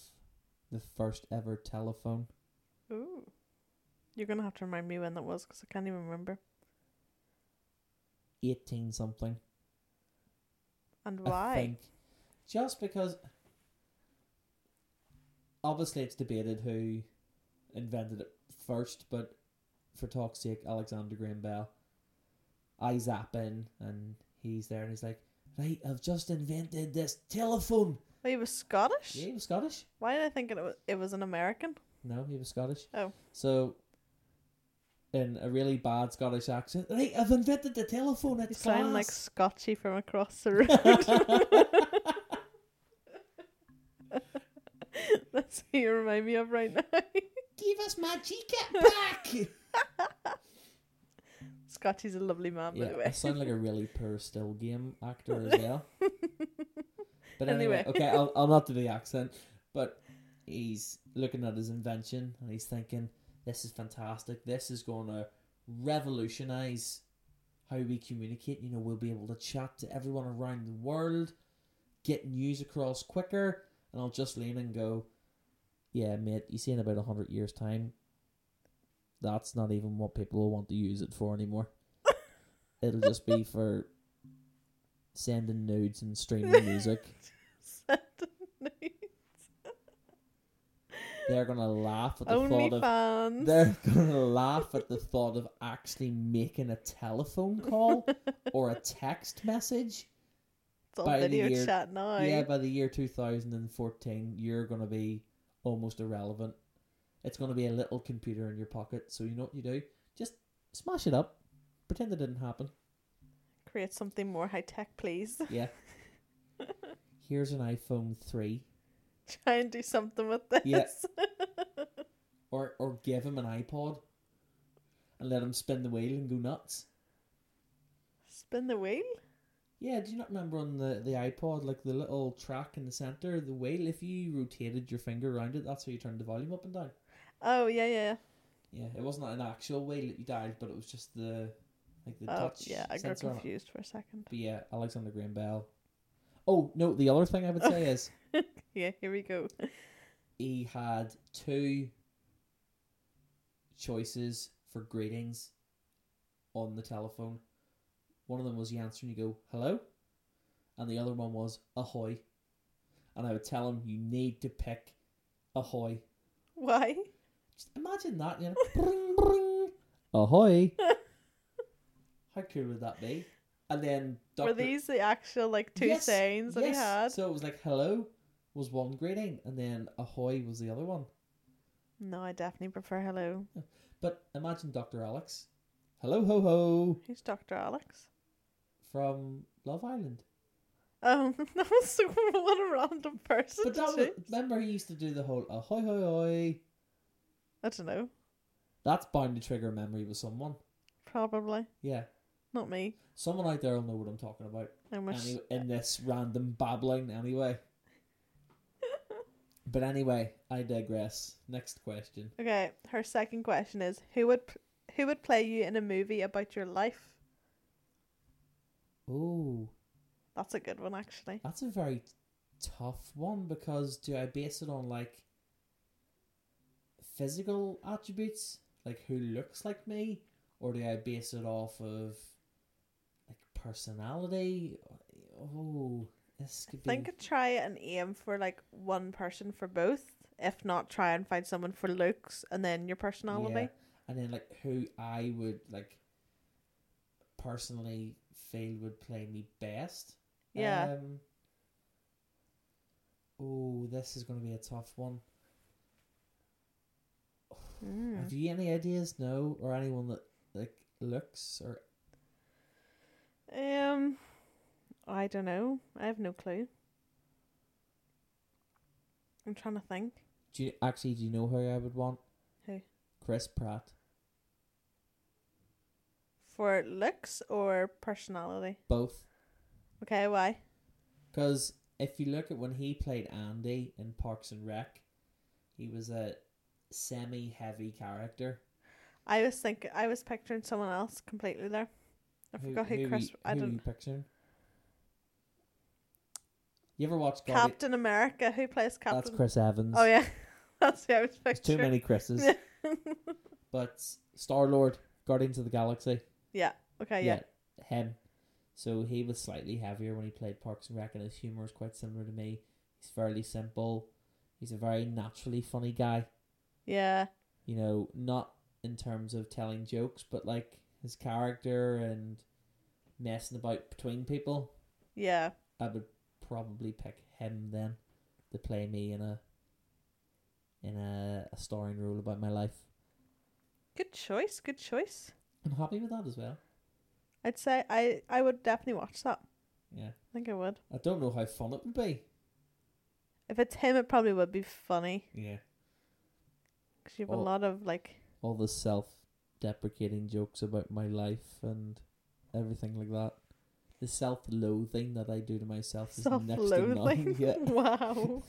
[SPEAKER 1] the first ever telephone.
[SPEAKER 2] Ooh. You're going to have to remind me when that was because I can't even remember.
[SPEAKER 1] 18 something.
[SPEAKER 2] and
[SPEAKER 1] I
[SPEAKER 2] why?
[SPEAKER 1] think just because obviously it's debated who invented it first, but for talk's sake, Alexander Graham Bell. I zap in and he's there and he's like, Right, I've just invented this telephone.
[SPEAKER 2] Well, he was Scottish.
[SPEAKER 1] Yeah, he was Scottish.
[SPEAKER 2] Why did I think it was it was an American?
[SPEAKER 1] No, he was Scottish.
[SPEAKER 2] Oh.
[SPEAKER 1] So in a really bad Scottish accent, right, I've invented the telephone,
[SPEAKER 2] You
[SPEAKER 1] it's
[SPEAKER 2] sound like
[SPEAKER 1] class."
[SPEAKER 2] Scotchy from across the road. That's who you remind me of right now.
[SPEAKER 1] Give us my ticket back
[SPEAKER 2] Scotchy's a lovely man, by
[SPEAKER 1] Yeah,
[SPEAKER 2] the
[SPEAKER 1] I
[SPEAKER 2] way.
[SPEAKER 1] sound like a really poor still game actor as well. But anyway,
[SPEAKER 2] Anyway.
[SPEAKER 1] okay, I'll, I'll not do the accent. But he's looking at his invention and he's thinking, this is fantastic. This is going to revolutionize how we communicate. You know, we'll be able to chat to everyone around the world, get news across quicker. And I'll just lean and go, yeah, mate, you see in about 100 years' time, that's not even what people will want to use it for anymore. It'll just be for sending nudes and streaming music. They're gonna laugh at the
[SPEAKER 2] Only
[SPEAKER 1] thought of.
[SPEAKER 2] fans.
[SPEAKER 1] They're gonna laugh at the thought of actually making a telephone call or a text message.
[SPEAKER 2] It's all
[SPEAKER 1] by the
[SPEAKER 2] video
[SPEAKER 1] year-
[SPEAKER 2] chat now.
[SPEAKER 1] Yeah, by the year 2014, you're gonna be almost irrelevant. It's gonna be a little computer in your pocket. So you know what you do? Just smash it up, pretend it didn't happen.
[SPEAKER 2] Create something more high tech, please.
[SPEAKER 1] Yeah. Here's an iPhone three,
[SPEAKER 2] Try and do something with this.
[SPEAKER 1] Yeah. or or give him an iPod, and let him spin the wheel and go nuts.
[SPEAKER 2] Spin the wheel.
[SPEAKER 1] Yeah, do you not remember on the, the iPod, like the little track in the center, the wheel? If you rotated your finger around it, that's how you turned the volume up and down.
[SPEAKER 2] Oh yeah, yeah.
[SPEAKER 1] Yeah, it wasn't an actual wheel that you dialed, but it was just the like the
[SPEAKER 2] oh
[SPEAKER 1] touch
[SPEAKER 2] yeah, I got
[SPEAKER 1] sensor. on it.
[SPEAKER 2] confused for a second.
[SPEAKER 1] But yeah, Alexander Graham Bell. Oh no, the other thing I would say is
[SPEAKER 2] Yeah, here we go.
[SPEAKER 1] he had two choices for greetings on the telephone. One of them was you answer and you go, hello. And the other one was, ahoy. And I would tell him, you need to pick ahoy.
[SPEAKER 2] Why?
[SPEAKER 1] Just imagine that, you know, bring, bring, ahoy. How cool would that be? And then
[SPEAKER 2] Were these the actual like two
[SPEAKER 1] Yes,
[SPEAKER 2] sayings that he had?
[SPEAKER 1] So it was like, hello was one greeting, and then ahoy was the other one.
[SPEAKER 2] No, I definitely prefer hello.
[SPEAKER 1] But imagine Dr. Alex. Hello ho ho
[SPEAKER 2] Who's Dr. Alex?
[SPEAKER 1] from Love Island.
[SPEAKER 2] Oh, that was so what a random person.
[SPEAKER 1] But that
[SPEAKER 2] to
[SPEAKER 1] was,
[SPEAKER 2] choose.
[SPEAKER 1] remember he used to do the whole "Oh, ahoy hoy hoy.
[SPEAKER 2] I don't know.
[SPEAKER 1] That's bound to trigger a memory with someone.
[SPEAKER 2] Probably
[SPEAKER 1] Yeah.
[SPEAKER 2] not me.
[SPEAKER 1] Someone out there will know what I'm talking about.
[SPEAKER 2] I much.
[SPEAKER 1] Any, in this random babbling anyway. but anyway, I digress. Next question.
[SPEAKER 2] Okay, her second question is who would p- who would play you in a movie about your life?
[SPEAKER 1] Oh,
[SPEAKER 2] That's a good one, actually.
[SPEAKER 1] that's a very tough one because do I base it on like physical attributes, like who looks like me, or do I base it off of like personality? Oh, this could be.
[SPEAKER 2] think I'd try and aim for like one person for both. If not, try and find someone for looks and then your personality.
[SPEAKER 1] And then like who I would like personally feel would play me best.
[SPEAKER 2] Yeah.
[SPEAKER 1] Um, oh, this is going to be a tough one.
[SPEAKER 2] Mm. Hmm.
[SPEAKER 1] Have you any ideas? No, or anyone that like looks or
[SPEAKER 2] Um, I don't know. I have no clue. I'm trying to think.
[SPEAKER 1] do you actually do you know who I would want?
[SPEAKER 2] Who?
[SPEAKER 1] Chris Pratt,
[SPEAKER 2] For looks or personality?
[SPEAKER 1] both.
[SPEAKER 2] Okay, why?
[SPEAKER 1] Because if you look at when he played Andy in Parks and Rec, he was a semi-heavy character.
[SPEAKER 2] I was think I was picturing someone else completely there. I
[SPEAKER 1] Who-
[SPEAKER 2] forgot who,
[SPEAKER 1] who
[SPEAKER 2] Chris.
[SPEAKER 1] You,
[SPEAKER 2] I
[SPEAKER 1] who
[SPEAKER 2] don't.
[SPEAKER 1] You picturing? You ever watch Guardi-
[SPEAKER 2] Captain America. Who plays Captain?
[SPEAKER 1] That's Chris Evans.
[SPEAKER 2] Oh yeah, that's who I was
[SPEAKER 1] There's too
[SPEAKER 2] picturing.
[SPEAKER 1] many Chris's. but Star Lord, Guardians of the Galaxy.
[SPEAKER 2] Uh, Yeah. Okay. Yeah.
[SPEAKER 1] Him.
[SPEAKER 3] So he was slightly heavier when he played Parks and Rec, and his humor is quite similar to me. He's fairly simple. He's a very naturally funny guy.
[SPEAKER 2] Yeah.
[SPEAKER 3] You know, not in terms of telling jokes, but like his character and messing about between people.
[SPEAKER 2] Yeah.
[SPEAKER 3] I would probably pick him then to play me in a in a, a starring role about my life.
[SPEAKER 2] Good choice. Good choice.
[SPEAKER 3] I'm happy with that as well.
[SPEAKER 2] I'd say I I would definitely watch that.
[SPEAKER 3] Yeah.
[SPEAKER 2] I think I would.
[SPEAKER 3] I don't know how fun it would be.
[SPEAKER 2] If it's him, it probably would be funny
[SPEAKER 3] Yeah.
[SPEAKER 2] because you have
[SPEAKER 3] Oh.
[SPEAKER 2] a lot of like.
[SPEAKER 3] All the self deprecating jokes about my life and everything like that. The self loathing that I do to myself is next to none.
[SPEAKER 2] Self-loathing.
[SPEAKER 3] Yeah.
[SPEAKER 2] Wow.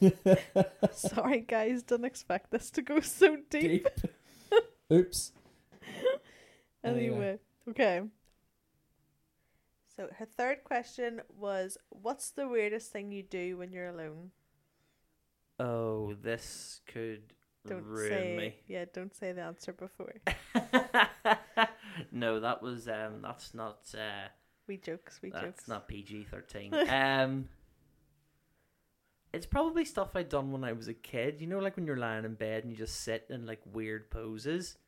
[SPEAKER 2] Sorry, guys. Didn't expect this to go so deep.
[SPEAKER 3] Deep. Oops.
[SPEAKER 2] Anyway.
[SPEAKER 3] Anyway.
[SPEAKER 2] Okay. So her third question was, "What's the weirdest thing you do when you're alone?"
[SPEAKER 1] Oh, this could
[SPEAKER 2] Don't
[SPEAKER 1] ruin
[SPEAKER 2] say.
[SPEAKER 1] me.
[SPEAKER 2] Yeah, don't say the answer before.
[SPEAKER 1] no, that was um that's not uh
[SPEAKER 2] We jokes. We
[SPEAKER 1] that's
[SPEAKER 2] jokes.
[SPEAKER 1] not PG thirteen. um It's probably stuff I'd done when I was a kid. You know, like when you're lying in bed and you just sit in like weird poses.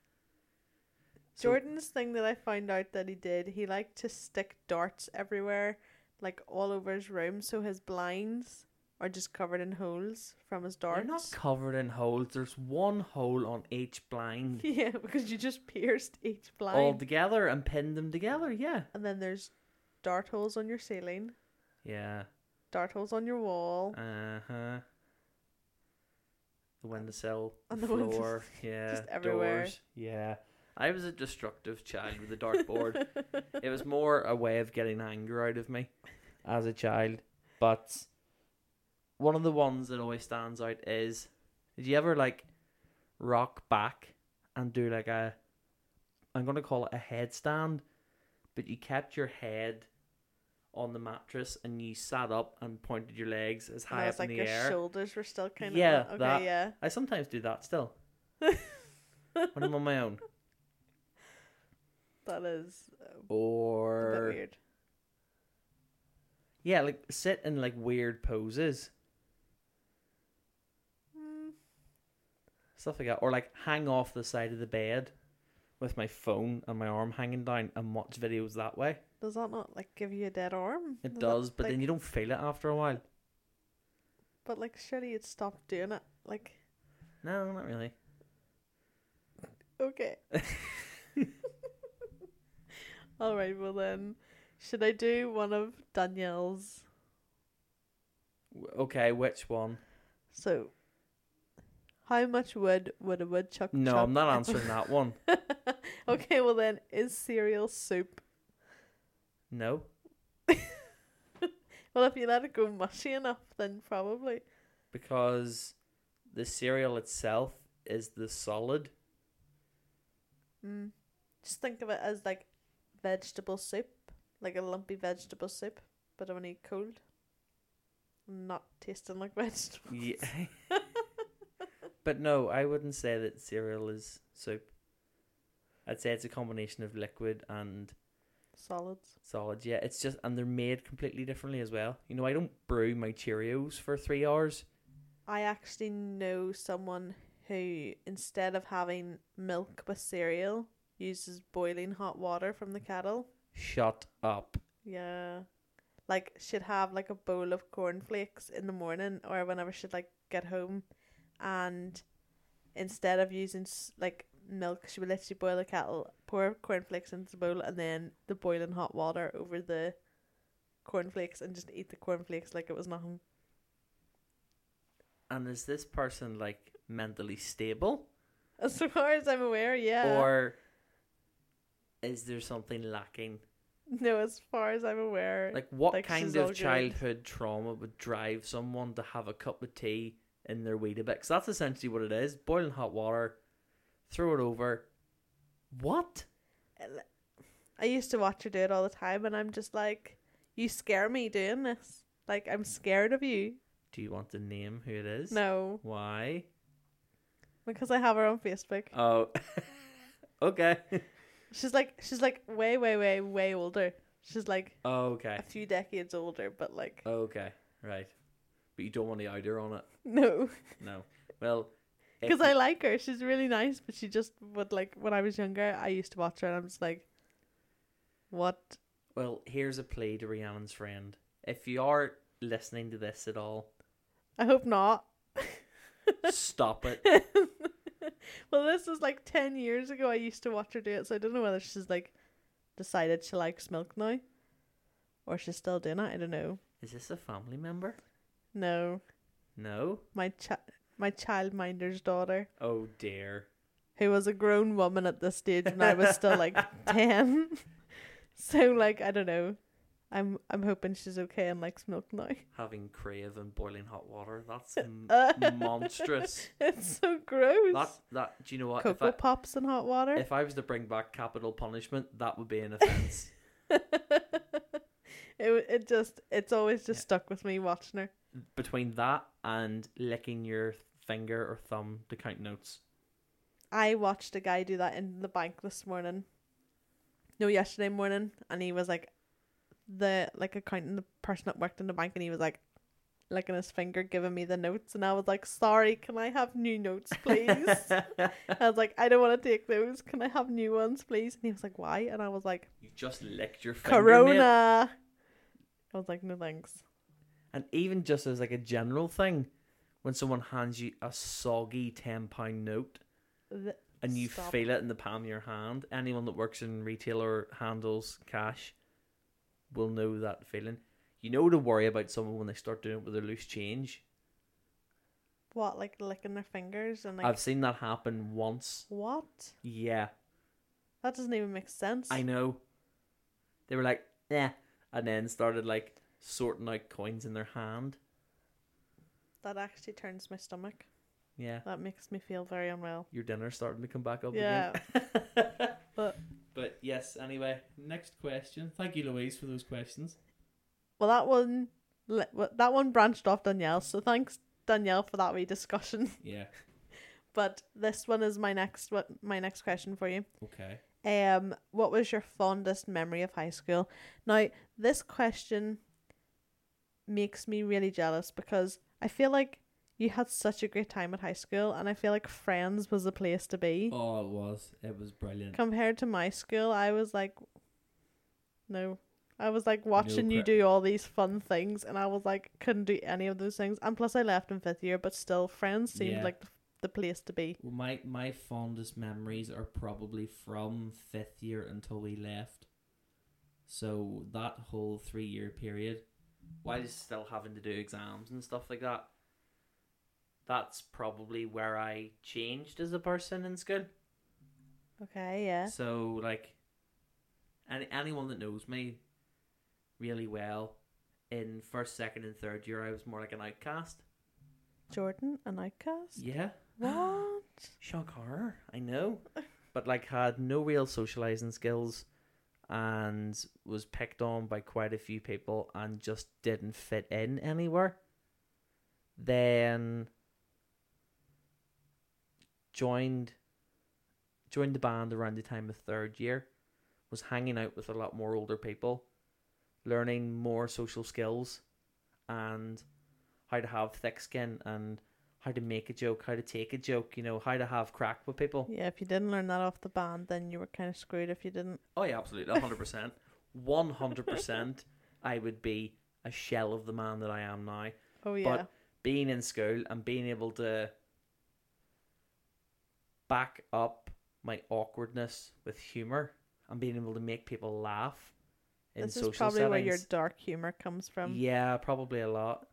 [SPEAKER 1] So-
[SPEAKER 2] Jordan's thing that I found out that he did, he liked to stick darts everywhere, like all over his room, so his blinds are just covered in holes from his
[SPEAKER 1] They're
[SPEAKER 2] darts.
[SPEAKER 1] not covered in holes. There's one hole on each blind
[SPEAKER 2] yeah, because you just pierced each blind,
[SPEAKER 1] Mm. all together and pinned them together. Yeah.
[SPEAKER 2] and then there's dart holes on your ceiling,
[SPEAKER 1] Yeah.
[SPEAKER 2] dart holes on your wall.
[SPEAKER 1] Uh huh. The windowsill,
[SPEAKER 2] Oh. On
[SPEAKER 1] the
[SPEAKER 2] the windows-
[SPEAKER 1] floor, yeah,
[SPEAKER 2] just everywhere.
[SPEAKER 1] doors, yeah. I was a destructive child with a dartboard. it was more a way of getting anger out of me as a child. But one of the ones that always stands out is: Did you ever like rock back and do like a? I'm gonna call it a headstand, but you kept your head on the mattress and you sat up and pointed your legs as
[SPEAKER 2] And
[SPEAKER 1] high
[SPEAKER 2] I
[SPEAKER 1] up
[SPEAKER 2] was
[SPEAKER 1] in
[SPEAKER 2] like,
[SPEAKER 1] the
[SPEAKER 2] your
[SPEAKER 1] air.
[SPEAKER 2] shoulders were still kind of
[SPEAKER 1] Yeah,
[SPEAKER 2] okay,
[SPEAKER 1] that.
[SPEAKER 2] yeah.
[SPEAKER 1] I sometimes do that still when I'm on my own.
[SPEAKER 2] that is uh, a bit
[SPEAKER 1] Or
[SPEAKER 2] weird.
[SPEAKER 1] yeah, like sit in like weird poses,
[SPEAKER 2] Mm,
[SPEAKER 1] stuff like that. Or like hang off the side of the bed with my phone and my arm hanging down and watch videos that way.
[SPEAKER 2] does that not like give you a dead arm? Is
[SPEAKER 1] It
[SPEAKER 2] that,
[SPEAKER 1] does, but
[SPEAKER 2] like-
[SPEAKER 1] then you don't feel it after a while.
[SPEAKER 2] But like, surely you'd stop doing it. Like,
[SPEAKER 1] No, not really.
[SPEAKER 2] okay. All right, well then, should I do one of Danielle's?
[SPEAKER 1] W- Okay, which one?
[SPEAKER 2] So, how much wood would a woodchuck?
[SPEAKER 1] No,
[SPEAKER 2] chop
[SPEAKER 1] I'm not
[SPEAKER 2] in-
[SPEAKER 1] answering that one.
[SPEAKER 2] okay, well then, is cereal soup?
[SPEAKER 1] No.
[SPEAKER 2] Well, if you let it go mushy enough, then probably.
[SPEAKER 1] because the cereal itself is the solid.
[SPEAKER 2] Mm. Just think of it as like vegetable soup, like a lumpy vegetable soup, but only cold. Not tasting like vegetables.
[SPEAKER 1] Yeah. but no, I wouldn't say that cereal is soup. I'd say it's a combination of liquid and
[SPEAKER 2] Solids.
[SPEAKER 1] solid. Yeah, it's just and they're made completely differently as well. You know, I don't brew my Cheerios for three hours.
[SPEAKER 2] I actually know someone who, instead of having milk with cereal, uses boiling hot water from the kettle.
[SPEAKER 1] Shut up.
[SPEAKER 2] Yeah. Like, she'd have like a bowl of cornflakes in the morning or whenever she'd like get home. And instead of using s- like milk, she would literally boil the kettle, pour cornflakes into the bowl, and then the boiling hot water over the cornflakes and just eat the cornflakes like it was nothing.
[SPEAKER 1] And is this person like mentally stable
[SPEAKER 2] As far as I'm aware, yeah.
[SPEAKER 1] or is there something lacking?
[SPEAKER 2] No, as far as I'm aware.
[SPEAKER 1] Like what
[SPEAKER 2] Like, she's
[SPEAKER 1] kind
[SPEAKER 2] all
[SPEAKER 1] of
[SPEAKER 2] good.
[SPEAKER 1] childhood trauma would drive someone to have a cup of tea in their Weetabix? That's essentially what it is. Boiling hot water, throw it over. What?
[SPEAKER 2] I used to watch her do it all the time, and I'm just like, you scare me doing this. Like, I'm scared of you.
[SPEAKER 1] Do you want to name who it is?
[SPEAKER 2] No,
[SPEAKER 1] Why?
[SPEAKER 2] because I have her on Facebook.
[SPEAKER 1] Oh. okay.
[SPEAKER 2] She's like, she's like way, way, way, way older. She's like
[SPEAKER 1] Oh, Okay.
[SPEAKER 2] a few decades older, but like
[SPEAKER 1] Okay. Right. But you don't want to out her on it.
[SPEAKER 2] no,
[SPEAKER 1] No. Well. if
[SPEAKER 2] because I
[SPEAKER 1] you-
[SPEAKER 2] like her. She's really nice, but she just would like when I was younger, I used to watch her, and I'm just like, what?
[SPEAKER 1] Well, here's a plea to Rhiannon's friend. If you are listening to this at all,
[SPEAKER 2] I hope not.
[SPEAKER 1] stop it.
[SPEAKER 2] well, this is like ten years ago. I used to watch her do it, so I don't know whether she's like decided she likes milk now, or she's still doing it. I don't know.
[SPEAKER 1] Is this a family member?
[SPEAKER 2] No,
[SPEAKER 1] No.
[SPEAKER 2] my child, my childminder's daughter,
[SPEAKER 1] Oh dear.
[SPEAKER 2] who was a grown woman at this stage when I was still like ten. so like I don't know. I'm I'm hoping she's okay and likes milk now.
[SPEAKER 1] Having crave and boiling hot water. That's
[SPEAKER 2] Uh,
[SPEAKER 1] m- monstrous.
[SPEAKER 2] It's so gross.
[SPEAKER 1] That that. Do you know what? If
[SPEAKER 2] Cocoa
[SPEAKER 1] I,
[SPEAKER 2] pops and hot water.
[SPEAKER 1] if I was to bring back capital punishment, that would be an offence.
[SPEAKER 2] it it just it's always just stuck with me watching her.
[SPEAKER 1] Between that and licking your finger or thumb to count notes.
[SPEAKER 2] I watched a guy do that in the bank this morning. No, yesterday morning, and he was like, the like accountant, the person that worked in the bank, and he was like, licking his finger, giving me the notes, and I was like, sorry, can I have new notes, please? I was like, I don't want to take those. Can I have new ones, please? And he was like, why? And I was like,
[SPEAKER 1] You just licked your finger. mate.
[SPEAKER 2] Corona. I was like, no thanks.
[SPEAKER 1] And even just as like a general thing, when someone hands you a soggy ten pound note
[SPEAKER 2] Th-
[SPEAKER 1] and you
[SPEAKER 2] Stop.
[SPEAKER 1] feel it in the palm of your hand, anyone that works in retail or handles cash will know that feeling. You know to worry about someone when they start doing it with their loose change.
[SPEAKER 2] What, like licking their fingers and like
[SPEAKER 1] I've seen that happen once.
[SPEAKER 2] what?
[SPEAKER 1] Yeah,
[SPEAKER 2] That doesn't even make sense.
[SPEAKER 1] I know. They were like, yeah, and then started like sorting out coins in their hand.
[SPEAKER 2] That actually turns my stomach.
[SPEAKER 1] Yeah,
[SPEAKER 2] That makes me feel very unwell.
[SPEAKER 1] your dinner's starting to come back up
[SPEAKER 2] Yeah.
[SPEAKER 1] again.
[SPEAKER 2] But
[SPEAKER 1] But yes, anyway, next question. Thank you, Louise, for those questions.
[SPEAKER 2] well, that one, li- well, that one branched off Danielle. So thanks Danielle for that wee discussion.
[SPEAKER 1] Yeah.
[SPEAKER 2] But this one is my next what my next question for you.
[SPEAKER 1] Okay.
[SPEAKER 2] Um, what was your fondest memory of high school? Now, this question makes me really jealous because I feel like you had such a great time at high school, and I feel like friends was the place to be.
[SPEAKER 4] Oh, it was. It was brilliant.
[SPEAKER 2] compared to my school, I was like, no. I was like watching you
[SPEAKER 4] crap.
[SPEAKER 2] do all these fun things, and I was like, couldn't do any of those things. And plus, I left in fifth year, but still, friends seemed
[SPEAKER 4] Yeah.
[SPEAKER 2] like the, the place to be.
[SPEAKER 4] Well, my my fondest memories are probably from fifth year until we left. So that whole three year period.
[SPEAKER 1] While still having to do exams and stuff like that, that's probably where I changed as a person in school.
[SPEAKER 2] Okay, yeah.
[SPEAKER 1] So, like, any, anyone that knows me really well, in first, second, and third year, I was more like an outcast.
[SPEAKER 2] Jordan, an outcast?
[SPEAKER 1] Yeah.
[SPEAKER 2] What?
[SPEAKER 1] Shock horror, I know. But like had no real socializing skills and was picked on by quite a few people and just didn't fit in anywhere. Then joined joined the band around the time of third year, was hanging out with a lot more older people, learning more social skills and how to have thick skin and how to make a joke, how to take a joke, you know, how to have crack with people.
[SPEAKER 2] Yeah, if you didn't learn that off the band, then you were kind of screwed if you didn't.
[SPEAKER 1] Oh yeah, absolutely, one hundred percent, one hundred percent. I would be a shell of the man that I am now.
[SPEAKER 2] Oh, yeah.
[SPEAKER 1] Being in school and being able to back up my awkwardness with humor and being able to make people laugh in
[SPEAKER 2] This is
[SPEAKER 1] social
[SPEAKER 2] probably
[SPEAKER 1] settings.
[SPEAKER 2] where your dark humor comes from.
[SPEAKER 1] Yeah, probably a lot.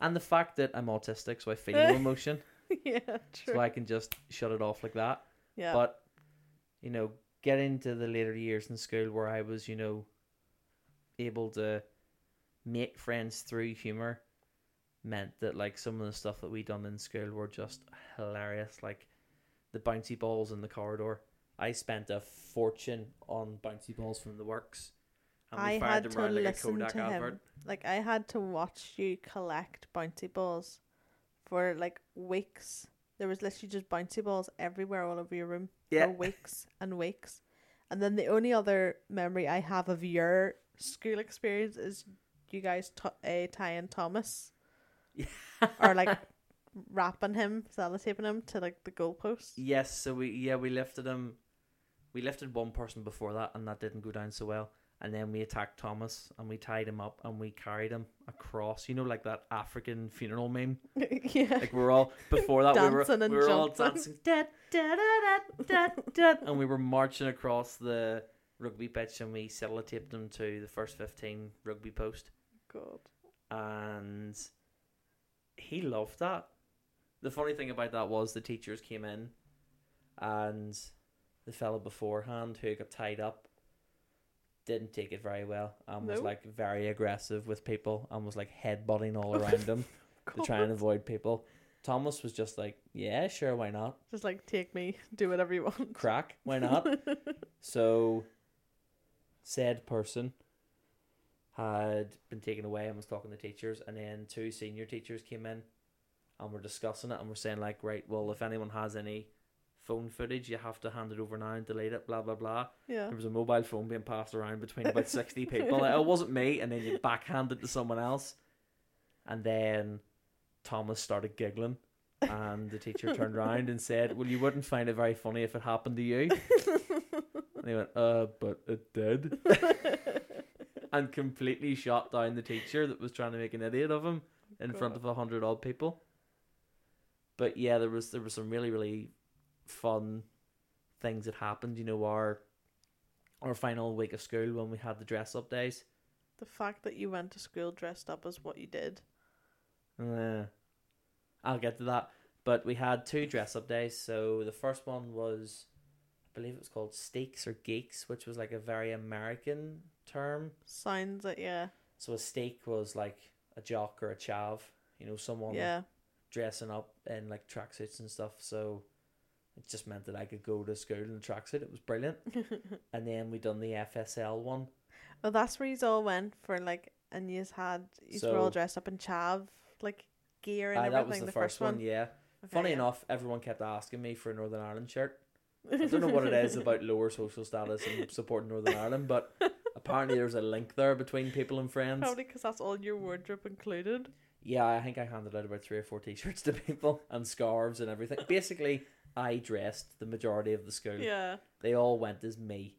[SPEAKER 1] and the fact that I'm autistic, so I feel no emotion,
[SPEAKER 2] yeah, true.
[SPEAKER 1] so I can just shut it off like that.
[SPEAKER 2] yeah.
[SPEAKER 1] But you know, get into the later years in school where I was, you know, able to make friends through humor meant that like some of the stuff that we done in school were just hilarious. Like the bouncy balls in the corridor. I spent a fortune on bouncy balls from the works.
[SPEAKER 2] I had to listen to him. like I had to watch you collect bouncy balls for like weeks. There was literally just bouncy balls everywhere all over your room
[SPEAKER 1] Yeah.
[SPEAKER 2] for weeks and weeks. And then the only other memory I have of your school experience is you guys t- uh, tying Thomas or like wrapping him, sellotaping him to like the goalpost.
[SPEAKER 1] Yes, so we yeah we lifted him, we lifted one person before that, and that didn't go down so well. And then we attacked Thomas, and we tied him up, and we carried him across. You know, like that African funeral meme.
[SPEAKER 2] yeah.
[SPEAKER 1] Like we're all before that we were
[SPEAKER 2] Dancing and
[SPEAKER 1] we were all
[SPEAKER 2] jumping.
[SPEAKER 1] dancing, da, da, da, da, da, da, and we were marching across the rugby pitch, and we sellotaped him to the first fifteen rugby post,
[SPEAKER 2] God.
[SPEAKER 1] and he loved that. The funny thing about that was the teachers came in, and the fellow beforehand who got tied up didn't take it very well and was
[SPEAKER 2] No.
[SPEAKER 1] like very aggressive with people and was like headbutting all around them to try and
[SPEAKER 2] Oh God.
[SPEAKER 1] avoid people. Thomas was just like, yeah, sure, why not?
[SPEAKER 2] Just like take me, do whatever you want.
[SPEAKER 1] Crack, why not? so, said person had been taken away and was talking to teachers, and then two senior teachers came in and were discussing it and were saying, like, right, well, if anyone has any phone footage, you have to hand it over now and delete it, blah, blah, blah.
[SPEAKER 2] Yeah.
[SPEAKER 1] There was a mobile phone being passed around between about 60 people. Like, it wasn't me, and then you backhand it to someone else. And then Thomas started giggling, and the teacher turned around and said, Well, you wouldn't find it very funny if it happened to you. And he went, Uh, but it did. and completely shot down the teacher that was trying to make an idiot of him in front of
[SPEAKER 2] God.
[SPEAKER 1] a hundred odd people. But yeah, there was there was some really really fun things that happened. You know, our our final week of school when we had the dress up days.
[SPEAKER 2] The fact that you went to school dressed up as what you did.
[SPEAKER 1] Uh, I'll get to that. But we had two dress up days. So the first one was, I believe it was called Steaks or Geeks, which was like a very American term.
[SPEAKER 2] Signs that yeah.
[SPEAKER 1] So a steak was like a jock or a chav, you know, someone
[SPEAKER 2] Yeah.
[SPEAKER 1] dressing up in like tracksuits and stuff. So it just meant that I could go to school in a tracksuit. It was brilliant. and then we done the FSL one.
[SPEAKER 2] Well that's where you all went for like and you had you were all
[SPEAKER 1] So-
[SPEAKER 2] dressed up in chav like gear and
[SPEAKER 1] Aye,
[SPEAKER 2] everything.
[SPEAKER 1] that was the, first one. Yeah.
[SPEAKER 2] Okay,
[SPEAKER 1] Funny
[SPEAKER 2] yeah.
[SPEAKER 1] enough, everyone kept asking me for a Northern Ireland shirt. I don't know what it is about lower social status and supporting Northern Ireland, but apparently there's a link there between people and friends.
[SPEAKER 2] Probably because that's all your wardrobe included.
[SPEAKER 1] Yeah, I think I handed out about three or four t-shirts to people and scarves and everything. Basically, I dressed the majority of the school.
[SPEAKER 2] Yeah.
[SPEAKER 1] They all went as me.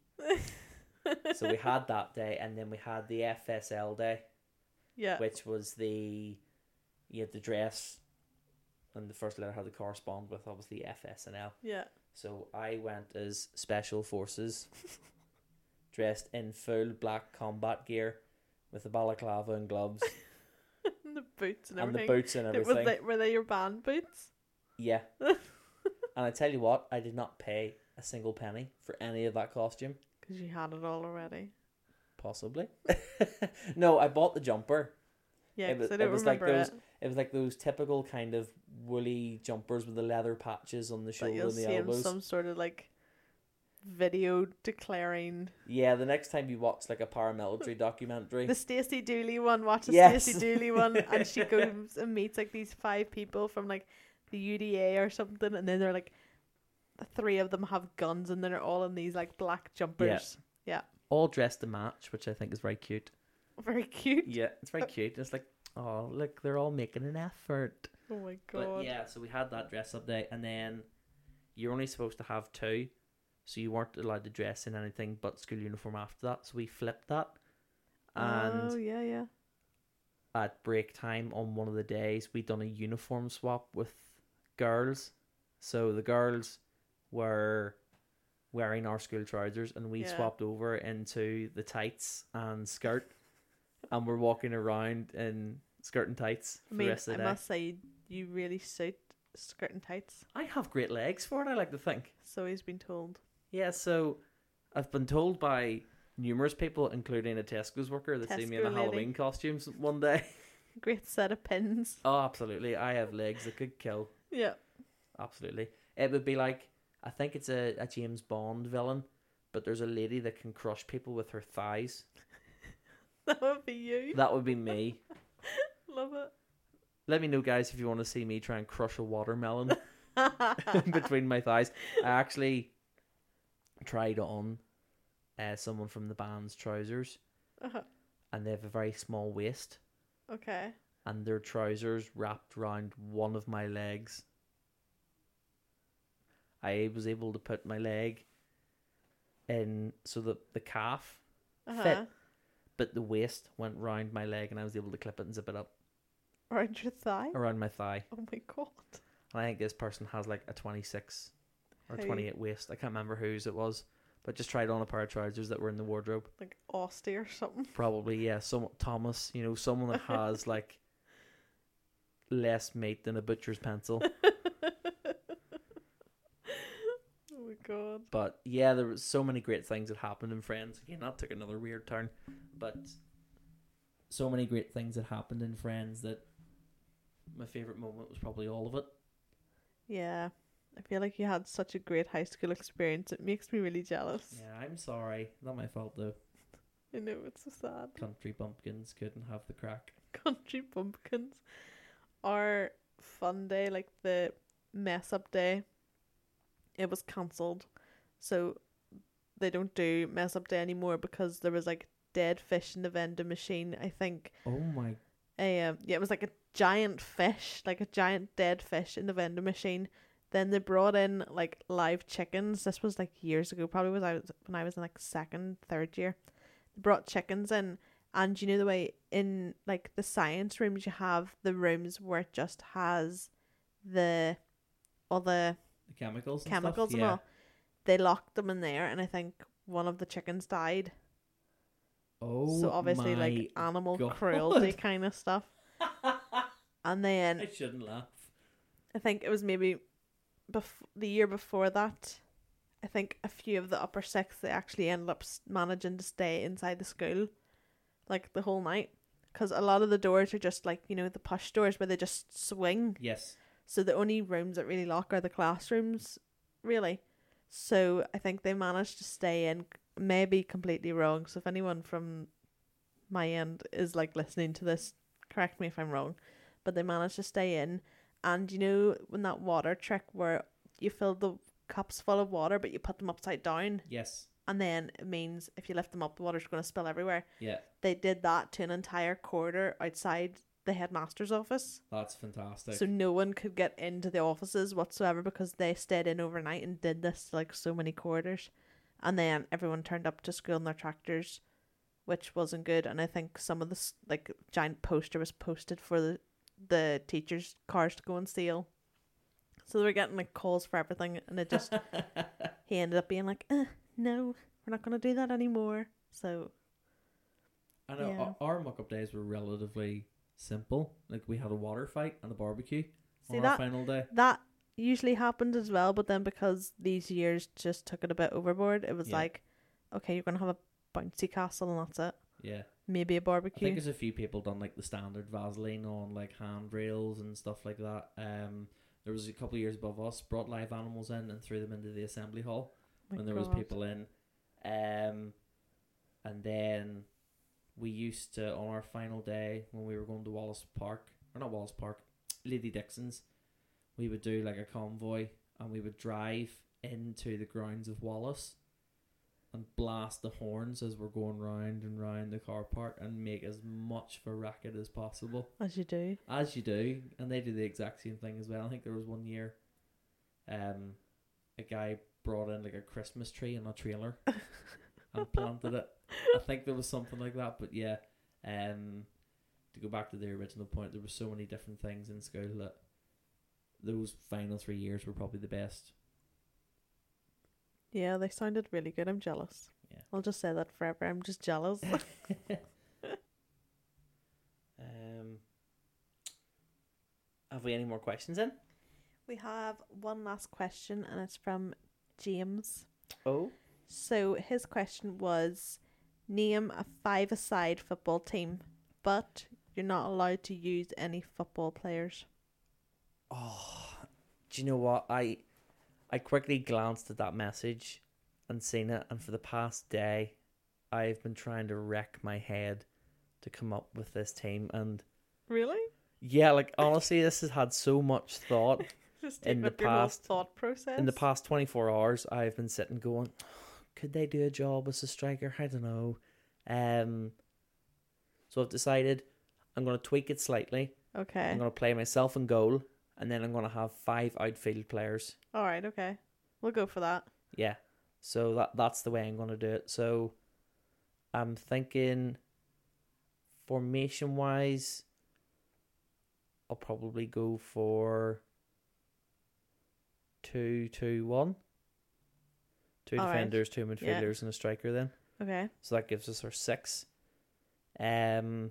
[SPEAKER 1] So we had that day, and then we had the FSL day,
[SPEAKER 2] yeah.
[SPEAKER 1] which was the you had the dress, and the first letter had to correspond with obviously FS and L.
[SPEAKER 2] Yeah.
[SPEAKER 1] So I went as special forces, dressed in full black combat gear, with a balaclava and gloves
[SPEAKER 2] And the boots and
[SPEAKER 1] and the
[SPEAKER 2] everything.
[SPEAKER 1] boots and
[SPEAKER 2] It- was
[SPEAKER 1] everything.
[SPEAKER 2] they, were they your band boots?
[SPEAKER 1] Yeah. and I tell you what, I did not pay a single penny for any of that costume.
[SPEAKER 2] Because you had it all already.
[SPEAKER 1] Possibly. no, I bought the jumper.
[SPEAKER 2] Yeah,
[SPEAKER 1] It was-
[SPEAKER 2] because I
[SPEAKER 1] it
[SPEAKER 2] don't
[SPEAKER 1] was like
[SPEAKER 2] remember
[SPEAKER 1] those
[SPEAKER 2] it.
[SPEAKER 1] It was like those typical kind of woolly jumpers with the leather patches on the
[SPEAKER 2] That
[SPEAKER 1] shoulder
[SPEAKER 2] you'll
[SPEAKER 1] and
[SPEAKER 2] see
[SPEAKER 1] the
[SPEAKER 2] in
[SPEAKER 1] elbows.
[SPEAKER 2] some sort of like video declaring
[SPEAKER 1] Yeah, the next time you watch like a paramilitary documentary,
[SPEAKER 2] the Stacey Dooley one. Watch the
[SPEAKER 1] Yes.
[SPEAKER 2] Stacey Dooley one, and she goes and meets like these five people from like the UDA or something, and then they're like the three of them have guns, and they're all in these like black jumpers.
[SPEAKER 1] all dressed to match, which I think is very cute.
[SPEAKER 2] Very cute.
[SPEAKER 1] Yeah, it's very cute. It's like, oh look, they're all making an effort.
[SPEAKER 2] Oh my
[SPEAKER 1] But
[SPEAKER 2] god.
[SPEAKER 1] yeah, so we had that dress up day, and then you're only supposed to have two, so you weren't allowed to dress in anything but school uniform after that. So we flipped that, and
[SPEAKER 2] oh yeah, yeah.
[SPEAKER 1] at break time on one of the days we done a uniform swap with girls. So the girls were wearing our school trousers and we
[SPEAKER 2] Yeah.
[SPEAKER 1] swapped over into the tights and skirt and we're walking around in skirt and tights for
[SPEAKER 2] I
[SPEAKER 1] the
[SPEAKER 2] mean,
[SPEAKER 1] rest
[SPEAKER 2] I
[SPEAKER 1] of the day.
[SPEAKER 2] must say, you really suit skirt and tights.
[SPEAKER 1] I have great legs for it, I like to think.
[SPEAKER 2] So he's been told.
[SPEAKER 1] Yeah, so I've been told by numerous people, including a Tesco's worker, that see me in
[SPEAKER 2] Tesco
[SPEAKER 1] a
[SPEAKER 2] lady.
[SPEAKER 1] Halloween costumes one day.
[SPEAKER 2] Great set of pins.
[SPEAKER 1] oh absolutely. I have legs that could kill.
[SPEAKER 2] Yeah.
[SPEAKER 1] Absolutely. It would be like I think it's a, a James Bond villain, but there's a lady that can crush people with her thighs.
[SPEAKER 2] That would be you.
[SPEAKER 1] That would be me.
[SPEAKER 2] Love it.
[SPEAKER 1] Let me know guys if you want to see me try and crush a watermelon between my thighs. I actually tried on uh, someone from the band's trousers
[SPEAKER 2] Uh-huh.
[SPEAKER 1] and they have a very small waist,
[SPEAKER 2] Okay.
[SPEAKER 1] and their trousers wrapped round one of my legs. I was able to put my leg in so that the calf,
[SPEAKER 2] Uh-huh.
[SPEAKER 1] but the waist went round my leg, and I was able to clip it and zip it up
[SPEAKER 2] Around your thigh?
[SPEAKER 1] around my thigh.
[SPEAKER 2] Oh my god.
[SPEAKER 1] And I think this person has like a 26 or
[SPEAKER 2] Who?
[SPEAKER 1] 28 waist. I can't remember whose it was, but just tried on a pair of trousers that were in the wardrobe.
[SPEAKER 2] Like Austie or something.
[SPEAKER 1] Probably, yeah, some Thomas, you know, someone that has like less meat than a butcher's pencil.
[SPEAKER 2] Oh my god.
[SPEAKER 1] But yeah, there was so many great things that happened in Friends. Again, that took another weird turn, but so many great things that happened in Friends that my favorite moment was probably all of it.
[SPEAKER 2] Yeah. I feel like you had such a great high school experience. It makes me really jealous.
[SPEAKER 1] Yeah, I'm sorry, not my fault though.
[SPEAKER 2] I know it's so sad.
[SPEAKER 1] Country bumpkins couldn't have the crack.
[SPEAKER 2] Country bumpkins. Our fun day, like the mess up day, it was cancelled. So they don't do mess up day anymore because there was like dead fish in the vending machine, I think.
[SPEAKER 1] Oh my
[SPEAKER 2] um yeah, it was like a giant fish, like a giant dead fish in the vending machine. Then they brought in like live chickens. This was like years ago, probably was I was when I was in like second, third year. They brought chickens in, and you know the way in like the science rooms you have the rooms where it just has the all the
[SPEAKER 1] the chemicals and
[SPEAKER 2] chemicals
[SPEAKER 1] stuff?
[SPEAKER 2] and all. They locked them in there, and I think one of the chickens died.
[SPEAKER 1] Oh,
[SPEAKER 2] so obviously,
[SPEAKER 1] my...
[SPEAKER 2] like uh, animal
[SPEAKER 1] God.
[SPEAKER 2] cruelty kind of stuff. And then
[SPEAKER 1] I shouldn't laugh.
[SPEAKER 2] I think it was maybe bef- the year before that. I think a few of the upper six they actually ended up s- managing to stay inside the school, like the whole night, because a lot of the doors are just like you know the push doors where they just swing.
[SPEAKER 1] Yes,
[SPEAKER 2] So the only rooms that really lock are the classrooms, really. So I think they managed to stay in. Maybe completely wrong. So if anyone from my end is like listening to this, correct me if I'm wrong. But they managed to stay in. And you know when that water trick where you fill the cups full of water but you put them upside down
[SPEAKER 1] yes,
[SPEAKER 2] and then it means if you lift them up the water's gonna spill everywhere.
[SPEAKER 1] yeah,
[SPEAKER 2] They did that to an entire corridor outside the headmaster's office.
[SPEAKER 1] that's fantastic.
[SPEAKER 2] So no one could get into the offices whatsoever because they stayed in overnight and did this to, like so many corridors. And then everyone turned up to school in their tractors, which wasn't good. And I think some of this like giant poster was posted for the the teachers' cars to go and steal. So they were getting like calls for everything, and it just he ended up being like, eh, "No, we're not gonna do that anymore." So
[SPEAKER 1] I know
[SPEAKER 2] Yeah.
[SPEAKER 1] our, our mock-up days were relatively simple. Like we had a water fight and a barbecue
[SPEAKER 2] see
[SPEAKER 1] on
[SPEAKER 2] that
[SPEAKER 1] our final day.
[SPEAKER 2] that usually happened as well but then because these years just took it a bit overboard it was
[SPEAKER 1] Yeah.
[SPEAKER 2] like okay you're gonna have a bouncy castle and that's it
[SPEAKER 1] Yeah,
[SPEAKER 2] maybe a
[SPEAKER 1] I think
[SPEAKER 2] barbecue
[SPEAKER 1] there's a few people done like the standard Vaseline on like handrails and stuff like that. Um, there was a couple of years above us brought live animals in and threw them into the assembly hall.
[SPEAKER 2] My
[SPEAKER 1] when there was
[SPEAKER 2] God.
[SPEAKER 1] people in. Um, and then we used to on our final day when we were going to Wallace Park or not Wallace Park, Lady Dixon's, we would do like a convoy and we would drive into the grounds of Wallace and blast the horns as we're going round and round the car park and make as much of a racket as possible
[SPEAKER 2] as you do
[SPEAKER 1] as you do, and they do the exact same thing as well. I think there was one year, um, a guy brought in like a Christmas tree in a trailer and planted it. I think there was something like that, but yeah, um, to go back to the original point, there were so many different things in school that those final three years were probably the best.
[SPEAKER 2] yeah they sounded really good i'm jealous
[SPEAKER 1] Yeah.
[SPEAKER 2] i'll just say that forever i'm just jealous
[SPEAKER 1] Um, have we any more questions in?
[SPEAKER 2] we have one last question and it's from james
[SPEAKER 1] Oh,
[SPEAKER 2] so his question was name a five-a-side football team but you're not allowed to use any football players
[SPEAKER 1] do you know what I? I quickly glanced at that message and seen it, and for the past day, I've been trying to wreck my head to come up with this team. And
[SPEAKER 2] really
[SPEAKER 1] yeah, like honestly, this has had so much thought
[SPEAKER 2] just
[SPEAKER 1] In
[SPEAKER 2] taking
[SPEAKER 1] the
[SPEAKER 2] up your whole
[SPEAKER 1] past-
[SPEAKER 2] thought process.
[SPEAKER 1] in the past twenty four hours. I've been sitting going, could they do a job as a striker? I don't know. Um, So I've decided I'm going to tweak it slightly.
[SPEAKER 2] Okay.
[SPEAKER 1] I'm going to play myself in goal, and then I'm going to have five outfield players.
[SPEAKER 2] All right. Okay. We'll go for that.
[SPEAKER 1] Yeah. So that that's the way I'm going to do it. So I'm thinking formation wise I'll probably go for two two one. Two
[SPEAKER 2] All right.
[SPEAKER 1] defenders, two
[SPEAKER 2] Yeah.
[SPEAKER 1] midfielders and a striker then.
[SPEAKER 2] Okay.
[SPEAKER 1] So that gives us our six. Um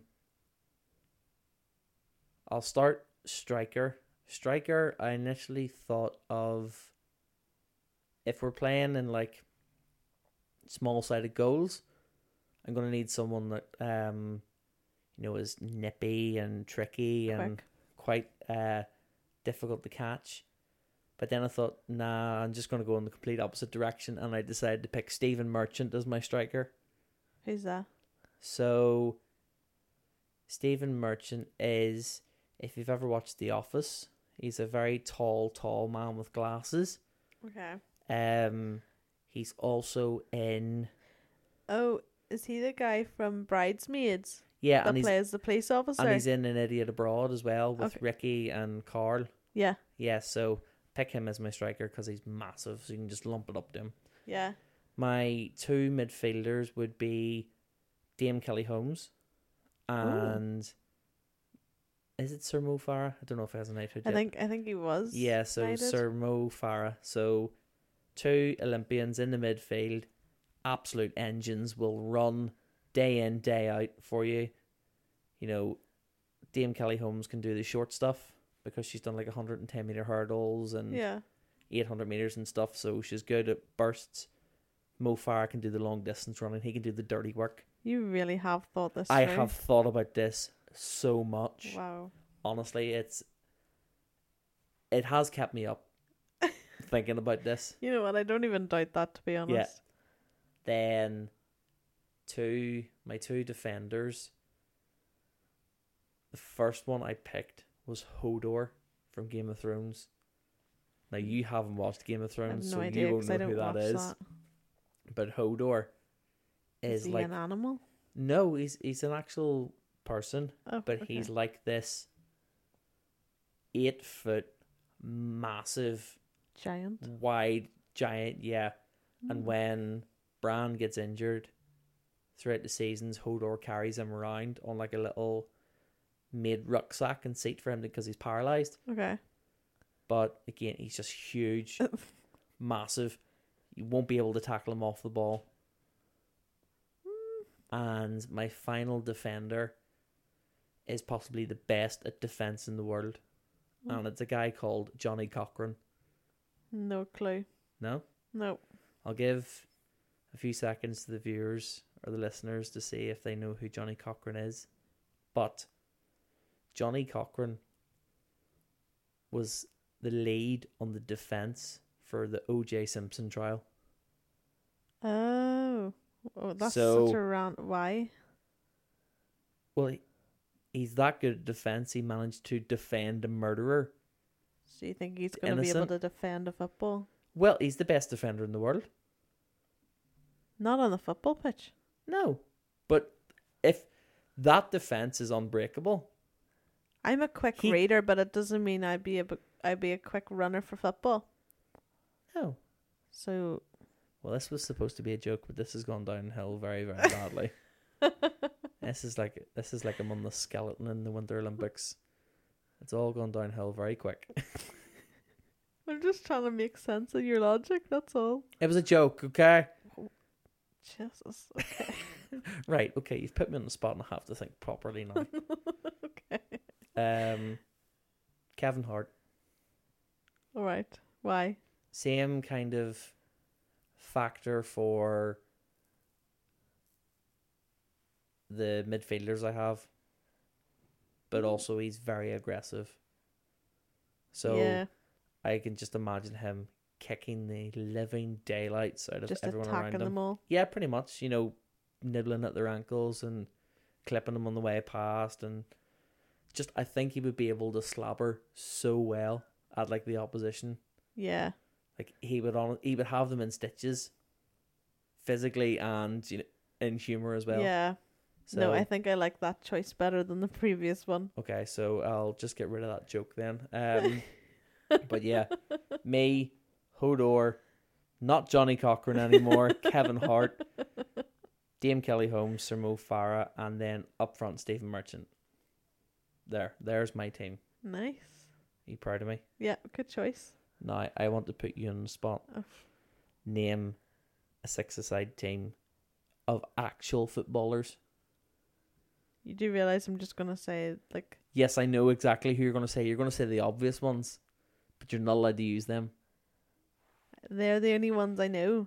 [SPEAKER 1] I'll start striker. Striker, I initially thought of if we're playing in like small sided goals, I'm gonna need someone that um you know is nippy and tricky and
[SPEAKER 2] Quick.
[SPEAKER 1] quite uh difficult to catch. But then I thought, nah, I'm just gonna go in the complete opposite direction and I decided to pick Steven Merchant as my striker.
[SPEAKER 2] Who's that?
[SPEAKER 1] So, Stephen Merchant is, if you've ever watched The Office, he's a very tall, tall man with glasses.
[SPEAKER 2] Okay.
[SPEAKER 1] Um, he's also in
[SPEAKER 2] Oh, is he the guy from Bridesmaids
[SPEAKER 1] yeah,
[SPEAKER 2] that
[SPEAKER 1] and he's
[SPEAKER 2] plays the police officer?
[SPEAKER 1] and he's in An Idiot Abroad as well with
[SPEAKER 2] Okay.
[SPEAKER 1] Ricky and Carl.
[SPEAKER 2] yeah.
[SPEAKER 1] Yeah, so pick him as my striker because he's massive, so you can just lump it up to him.
[SPEAKER 2] Yeah.
[SPEAKER 1] My two midfielders would be Dame Kelly Holmes and is it Sir Mo Farah? I don't know if he has a knighthood
[SPEAKER 2] I
[SPEAKER 1] yet.
[SPEAKER 2] think I think he was.
[SPEAKER 1] yeah, so
[SPEAKER 2] knighted.
[SPEAKER 1] Sir Mo Farah. So two Olympians in the midfield, absolute engines will run day in, day out for you. You know, Dame Kelly Holmes can do the short stuff because she's done like 110 meter hurdles and
[SPEAKER 2] Yeah.
[SPEAKER 1] 800 meters and stuff, so she's good at bursts. Mo Farah can do the long distance running. He can do the dirty work.
[SPEAKER 2] You really have thought this.
[SPEAKER 1] I
[SPEAKER 2] through.
[SPEAKER 1] have thought about this so much.
[SPEAKER 2] Wow.
[SPEAKER 1] Honestly, it's it has kept me up thinking about this.
[SPEAKER 2] You know what? I don't even doubt that to be honest.
[SPEAKER 1] Then two my two defenders. The first one I picked was Hodor from Game of Thrones. Now you haven't watched Game of
[SPEAKER 2] Hmm. I have
[SPEAKER 1] Thrones,
[SPEAKER 2] no
[SPEAKER 1] so
[SPEAKER 2] idea
[SPEAKER 1] you won't
[SPEAKER 2] because
[SPEAKER 1] know
[SPEAKER 2] I don't
[SPEAKER 1] who
[SPEAKER 2] watch
[SPEAKER 1] that is.
[SPEAKER 2] that.
[SPEAKER 1] But Hodor
[SPEAKER 2] Is,
[SPEAKER 1] is,
[SPEAKER 2] he
[SPEAKER 1] like
[SPEAKER 2] an animal?
[SPEAKER 1] no, he's he's an actual person,
[SPEAKER 2] Oh,
[SPEAKER 1] but
[SPEAKER 2] okay.
[SPEAKER 1] he's like this eight foot massive
[SPEAKER 2] giant.
[SPEAKER 1] wide giant, yeah. And
[SPEAKER 2] Mm.
[SPEAKER 1] when Bran gets injured throughout the seasons, Hodor carries him around on like a little made rucksack and seat for him because he's paralyzed.
[SPEAKER 2] Okay.
[SPEAKER 1] But again, he's just huge, massive. You won't be able to tackle him off the ball. And my final defender is possibly the best at defense in the world.
[SPEAKER 2] Mm.
[SPEAKER 1] And it's a guy called Johnny Cochran.
[SPEAKER 2] No clue.
[SPEAKER 1] No?
[SPEAKER 2] No.
[SPEAKER 1] I'll give a few seconds to the viewers or the listeners to see if they know who Johnny Cochran is. But Johnny Cochran was the lead on the defense for the O.J. Simpson trial.
[SPEAKER 2] Oh. Oh, that's
[SPEAKER 1] So-
[SPEAKER 2] such a rant. Why?
[SPEAKER 1] Well, he, he's that good at defense. He managed to defend a murderer.
[SPEAKER 2] Do you think he's going to be able
[SPEAKER 1] Innocent.
[SPEAKER 2] to defend a football?
[SPEAKER 1] Well, he's the best defender in the world.
[SPEAKER 2] Not on the football pitch.
[SPEAKER 1] No, but if that defense is unbreakable,
[SPEAKER 2] I'm a quick
[SPEAKER 1] He-
[SPEAKER 2] reader, but it doesn't mean I'd be a bu- I'd be a quick runner for football.
[SPEAKER 1] no.
[SPEAKER 2] So
[SPEAKER 1] Well, this was supposed to be a joke, but this has gone downhill very, very badly. This is like this is like I'm on the skeleton in the Winter Olympics. It's all gone downhill very quick.
[SPEAKER 2] I'm just trying to make sense of your logic. That's all.
[SPEAKER 1] It was a joke, okay?
[SPEAKER 2] Jesus.
[SPEAKER 1] Right, okay, you've put me on the spot and I have to think properly now.
[SPEAKER 2] okay.
[SPEAKER 1] um Kevin Hart.
[SPEAKER 2] All right. Why?
[SPEAKER 1] Same kind of factor for the midfielders I have.
[SPEAKER 2] Mm.
[SPEAKER 1] But also he's very aggressive. So
[SPEAKER 2] yeah,
[SPEAKER 1] I can just imagine him kicking the living daylights out of
[SPEAKER 2] just
[SPEAKER 1] everyone around
[SPEAKER 2] attacking
[SPEAKER 1] him.
[SPEAKER 2] them all.
[SPEAKER 1] Yeah, pretty much. You know, nibbling at their ankles and clipping them on the way past, and just I think he would be able to slobber so well at like the opposition.
[SPEAKER 2] Yeah.
[SPEAKER 1] Like he would on he would have them in stitches, physically and you know, in humor as well.
[SPEAKER 2] yeah.
[SPEAKER 1] So,
[SPEAKER 2] no, I think I like that choice better than the previous one.
[SPEAKER 1] okay, so I'll just get rid of that joke then. Um, but yeah, me, Hodor, not Johnny Cochran anymore, Kevin Hart, Dame Kelly Holmes, Sir Mo Farah, and then up front Stephen Merchant. There, there's my team.
[SPEAKER 2] Nice.
[SPEAKER 1] Are you proud of me?
[SPEAKER 2] Yeah, good choice.
[SPEAKER 1] Now I want to put you on the spot.
[SPEAKER 2] Oh.
[SPEAKER 1] Name a six-a-side team of actual footballers.
[SPEAKER 2] You do realize I'm just gonna say like
[SPEAKER 1] Yes, I know exactly who you're going to say. You're going to say the obvious ones, but you're not allowed to use them.
[SPEAKER 2] they're the only ones I know.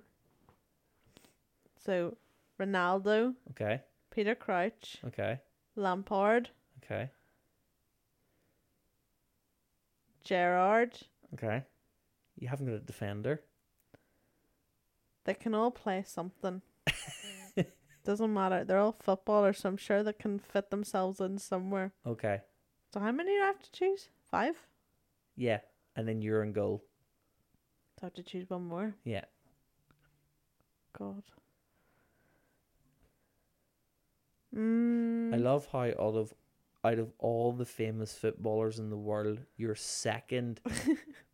[SPEAKER 2] So, Ronaldo,
[SPEAKER 1] Okay,
[SPEAKER 2] Peter Crouch,
[SPEAKER 1] okay,
[SPEAKER 2] Lampard,
[SPEAKER 1] okay,
[SPEAKER 2] Gerard.
[SPEAKER 1] okay. You haven't got a defender.
[SPEAKER 2] They can all play something. Doesn't matter. They're all footballers, so I'm sure they can fit themselves in somewhere.
[SPEAKER 1] Okay,
[SPEAKER 2] So how many do I have to choose? Five?
[SPEAKER 1] yeah, and then you're in goal.
[SPEAKER 2] I have to choose one more.
[SPEAKER 1] Yeah.
[SPEAKER 2] God. Mm,
[SPEAKER 1] I love how out of out of all the famous footballers in the world, your second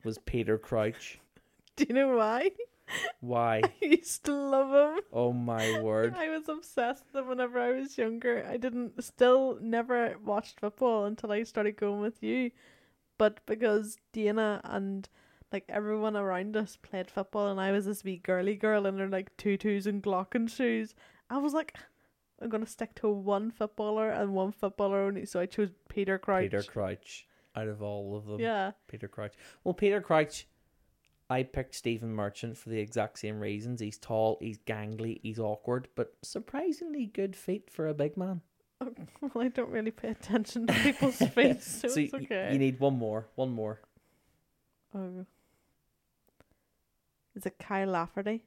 [SPEAKER 1] was Peter Crouch.
[SPEAKER 2] do you know why?
[SPEAKER 1] Why?
[SPEAKER 2] I used to love him.
[SPEAKER 1] Oh my word!
[SPEAKER 2] I was obsessed with him whenever I was younger. I didn't, still never watched football until I started going with you. But because Dana and like everyone around us played football, and I was this wee girly girl in her like tutus and Glocken shoes, I was like, I'm gonna stick to one footballer and one footballer only. So I chose Peter Crouch.
[SPEAKER 1] Peter Crouch. Out of all of them,
[SPEAKER 2] Yeah.
[SPEAKER 1] Peter Crouch. Well, Peter Crouch, I picked Stephen Merchant for the exact same reasons. He's tall, he's gangly, he's awkward, but surprisingly good feet for a big man.
[SPEAKER 2] Well, I don't really pay attention to people's faces, so,
[SPEAKER 1] so
[SPEAKER 2] it's
[SPEAKER 1] y-
[SPEAKER 2] okay.
[SPEAKER 1] you need one more, one more.
[SPEAKER 2] oh. Is it Kyle Lafferty?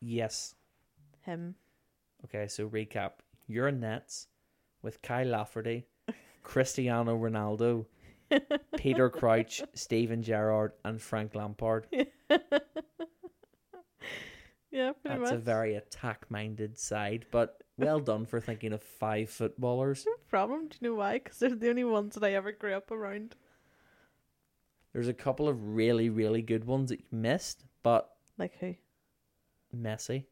[SPEAKER 1] Yes.
[SPEAKER 2] Him.
[SPEAKER 1] Okay, so recap. You're in Nets with Kyle Lafferty, Cristiano Ronaldo, Peter Crouch, Steven Gerrard, and Frank Lampard.
[SPEAKER 2] Yeah, pretty
[SPEAKER 1] That's
[SPEAKER 2] much.
[SPEAKER 1] a very attack minded side, but well done for thinking of five footballers.
[SPEAKER 2] No problem. Do you know why? Because they're the only ones that I ever grew up around.
[SPEAKER 1] There's a couple of really, really good ones that you missed, but
[SPEAKER 2] Like who?
[SPEAKER 1] Messi.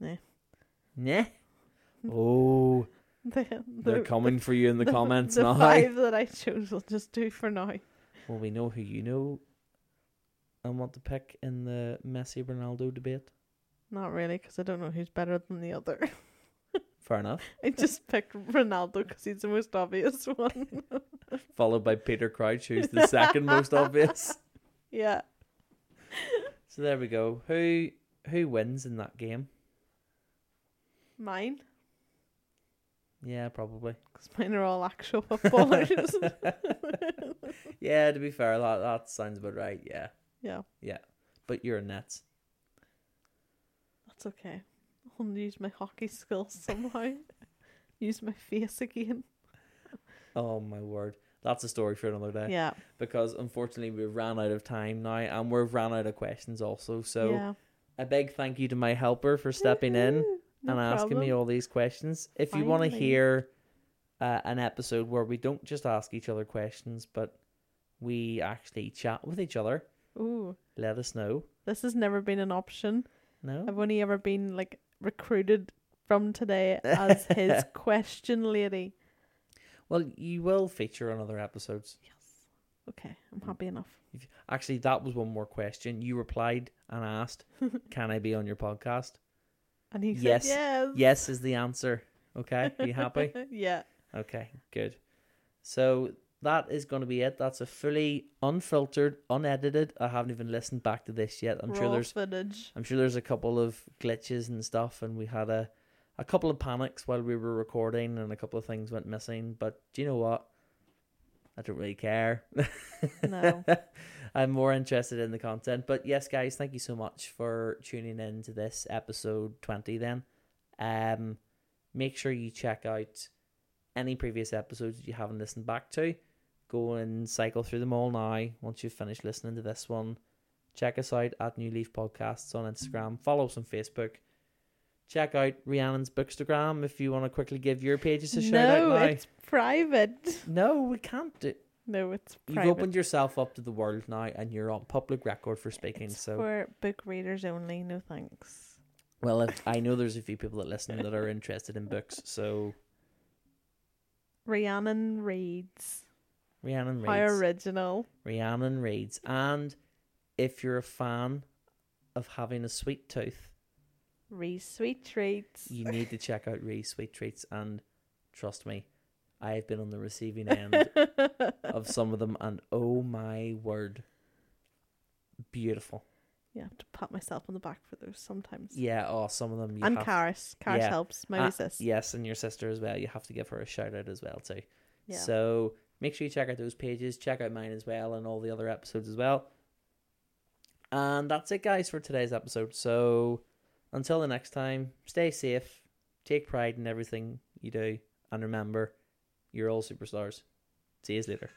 [SPEAKER 2] Nah.
[SPEAKER 1] Nah. Oh,
[SPEAKER 2] The,
[SPEAKER 1] they're
[SPEAKER 2] the-
[SPEAKER 1] coming for you in the, comments
[SPEAKER 2] the
[SPEAKER 1] now.
[SPEAKER 2] five that I chose will just do for now.
[SPEAKER 1] Well, we know who you know and want to pick in the Messi Ronaldo debate.
[SPEAKER 2] Not really, because I don't know who's better than the other.
[SPEAKER 1] Fair enough.
[SPEAKER 2] I just picked Ronaldo because he's the most obvious one.
[SPEAKER 1] Followed by Peter Crouch, who's the second most obvious.
[SPEAKER 2] yeah.
[SPEAKER 1] So there we go. Who who wins in that game?
[SPEAKER 2] Mine.
[SPEAKER 1] Yeah, probably.
[SPEAKER 2] Because mine are all actual footballers.
[SPEAKER 1] Yeah, to be fair, that that sounds about right. Yeah,
[SPEAKER 2] yeah.
[SPEAKER 1] but you're a Nets.
[SPEAKER 2] That's okay. I'll use my hockey skills somehow. use my face again.
[SPEAKER 1] Oh my word, that's a story for another day.
[SPEAKER 2] Yeah.
[SPEAKER 1] because unfortunately we've ran out of time now and we've ran out of questions also. So
[SPEAKER 2] yeah.
[SPEAKER 1] a big thank you to my helper for stepping in
[SPEAKER 2] Woohoo. No
[SPEAKER 1] and asking me
[SPEAKER 2] problem.
[SPEAKER 1] all these questions. If you want to
[SPEAKER 2] Finally.
[SPEAKER 1] hear uh, an episode where we don't just ask each other questions, but we actually chat with each other,
[SPEAKER 2] Ooh,
[SPEAKER 1] let us know.
[SPEAKER 2] this has never been an option.
[SPEAKER 1] No?
[SPEAKER 2] I've only ever been like recruited from today as his question lady.
[SPEAKER 1] Well, you will feature on other episodes.
[SPEAKER 2] Okay, I'm happy enough.
[SPEAKER 1] If- Actually, that was one more question. You replied and asked, Can I be on your podcast?
[SPEAKER 2] And he
[SPEAKER 1] Yes.
[SPEAKER 2] said yes.
[SPEAKER 1] Yes is the answer. Okay, are you happy?
[SPEAKER 2] yeah.
[SPEAKER 1] Okay, good. So that is going to be it. That's a fully unfiltered, unedited. I haven't even listened back to this yet. I'm sure
[SPEAKER 2] raw
[SPEAKER 1] there's
[SPEAKER 2] footage.
[SPEAKER 1] I'm sure there's a couple of glitches and stuff and we had a a couple of panics while we were recording and a couple of things went missing, but do you know what? I don't really care.
[SPEAKER 2] No.
[SPEAKER 1] I'm more interested in the content. But yes, guys, thank you so much for tuning in to this episode 20 then. Um make sure you check out any previous episodes that you haven't listened back to. Go and cycle through them all now once you've finished listening to this one. Check us out at New Leaf Podcasts on Instagram. Follow us on Facebook. check out Rhiannon's Bookstagram if you want to quickly give your pages a shout out
[SPEAKER 2] no,
[SPEAKER 1] now.
[SPEAKER 2] it's private.
[SPEAKER 1] No, we can't do
[SPEAKER 2] No, it's
[SPEAKER 1] You've
[SPEAKER 2] private.
[SPEAKER 1] opened yourself up to the world now and you're on public record for speaking.
[SPEAKER 2] It's
[SPEAKER 1] so,
[SPEAKER 2] for book readers only. No thanks.
[SPEAKER 1] well, if, I know there's a few people that listen that are interested in books. So,
[SPEAKER 2] Rhiannon reads.
[SPEAKER 1] Rhiannon
[SPEAKER 2] How
[SPEAKER 1] reads.
[SPEAKER 2] original.
[SPEAKER 1] Rhiannon reads. And if you're a fan of having a sweet tooth,
[SPEAKER 2] Reese sweet treats.
[SPEAKER 1] you need to check out Ree's Sweet Treats. And trust me, I have been on the receiving end of some of them. And oh my word, beautiful.
[SPEAKER 2] Yeah, I have to pat myself on the back for those sometimes.
[SPEAKER 1] Yeah, oh, some of them. You
[SPEAKER 2] and
[SPEAKER 1] have
[SPEAKER 2] Karis. Karis
[SPEAKER 1] yeah.
[SPEAKER 2] helps. My
[SPEAKER 1] Ah,
[SPEAKER 2] wee sis.
[SPEAKER 1] Yes, and your sister as well. You have to give her a shout out as well too.
[SPEAKER 2] Yeah.
[SPEAKER 1] So make sure you check out those pages, check out mine as well, and all the other episodes as well. And that's it, guys, for today's episode. So until the next time, stay safe, take pride in everything you do, and remember, you're all superstars. See you later.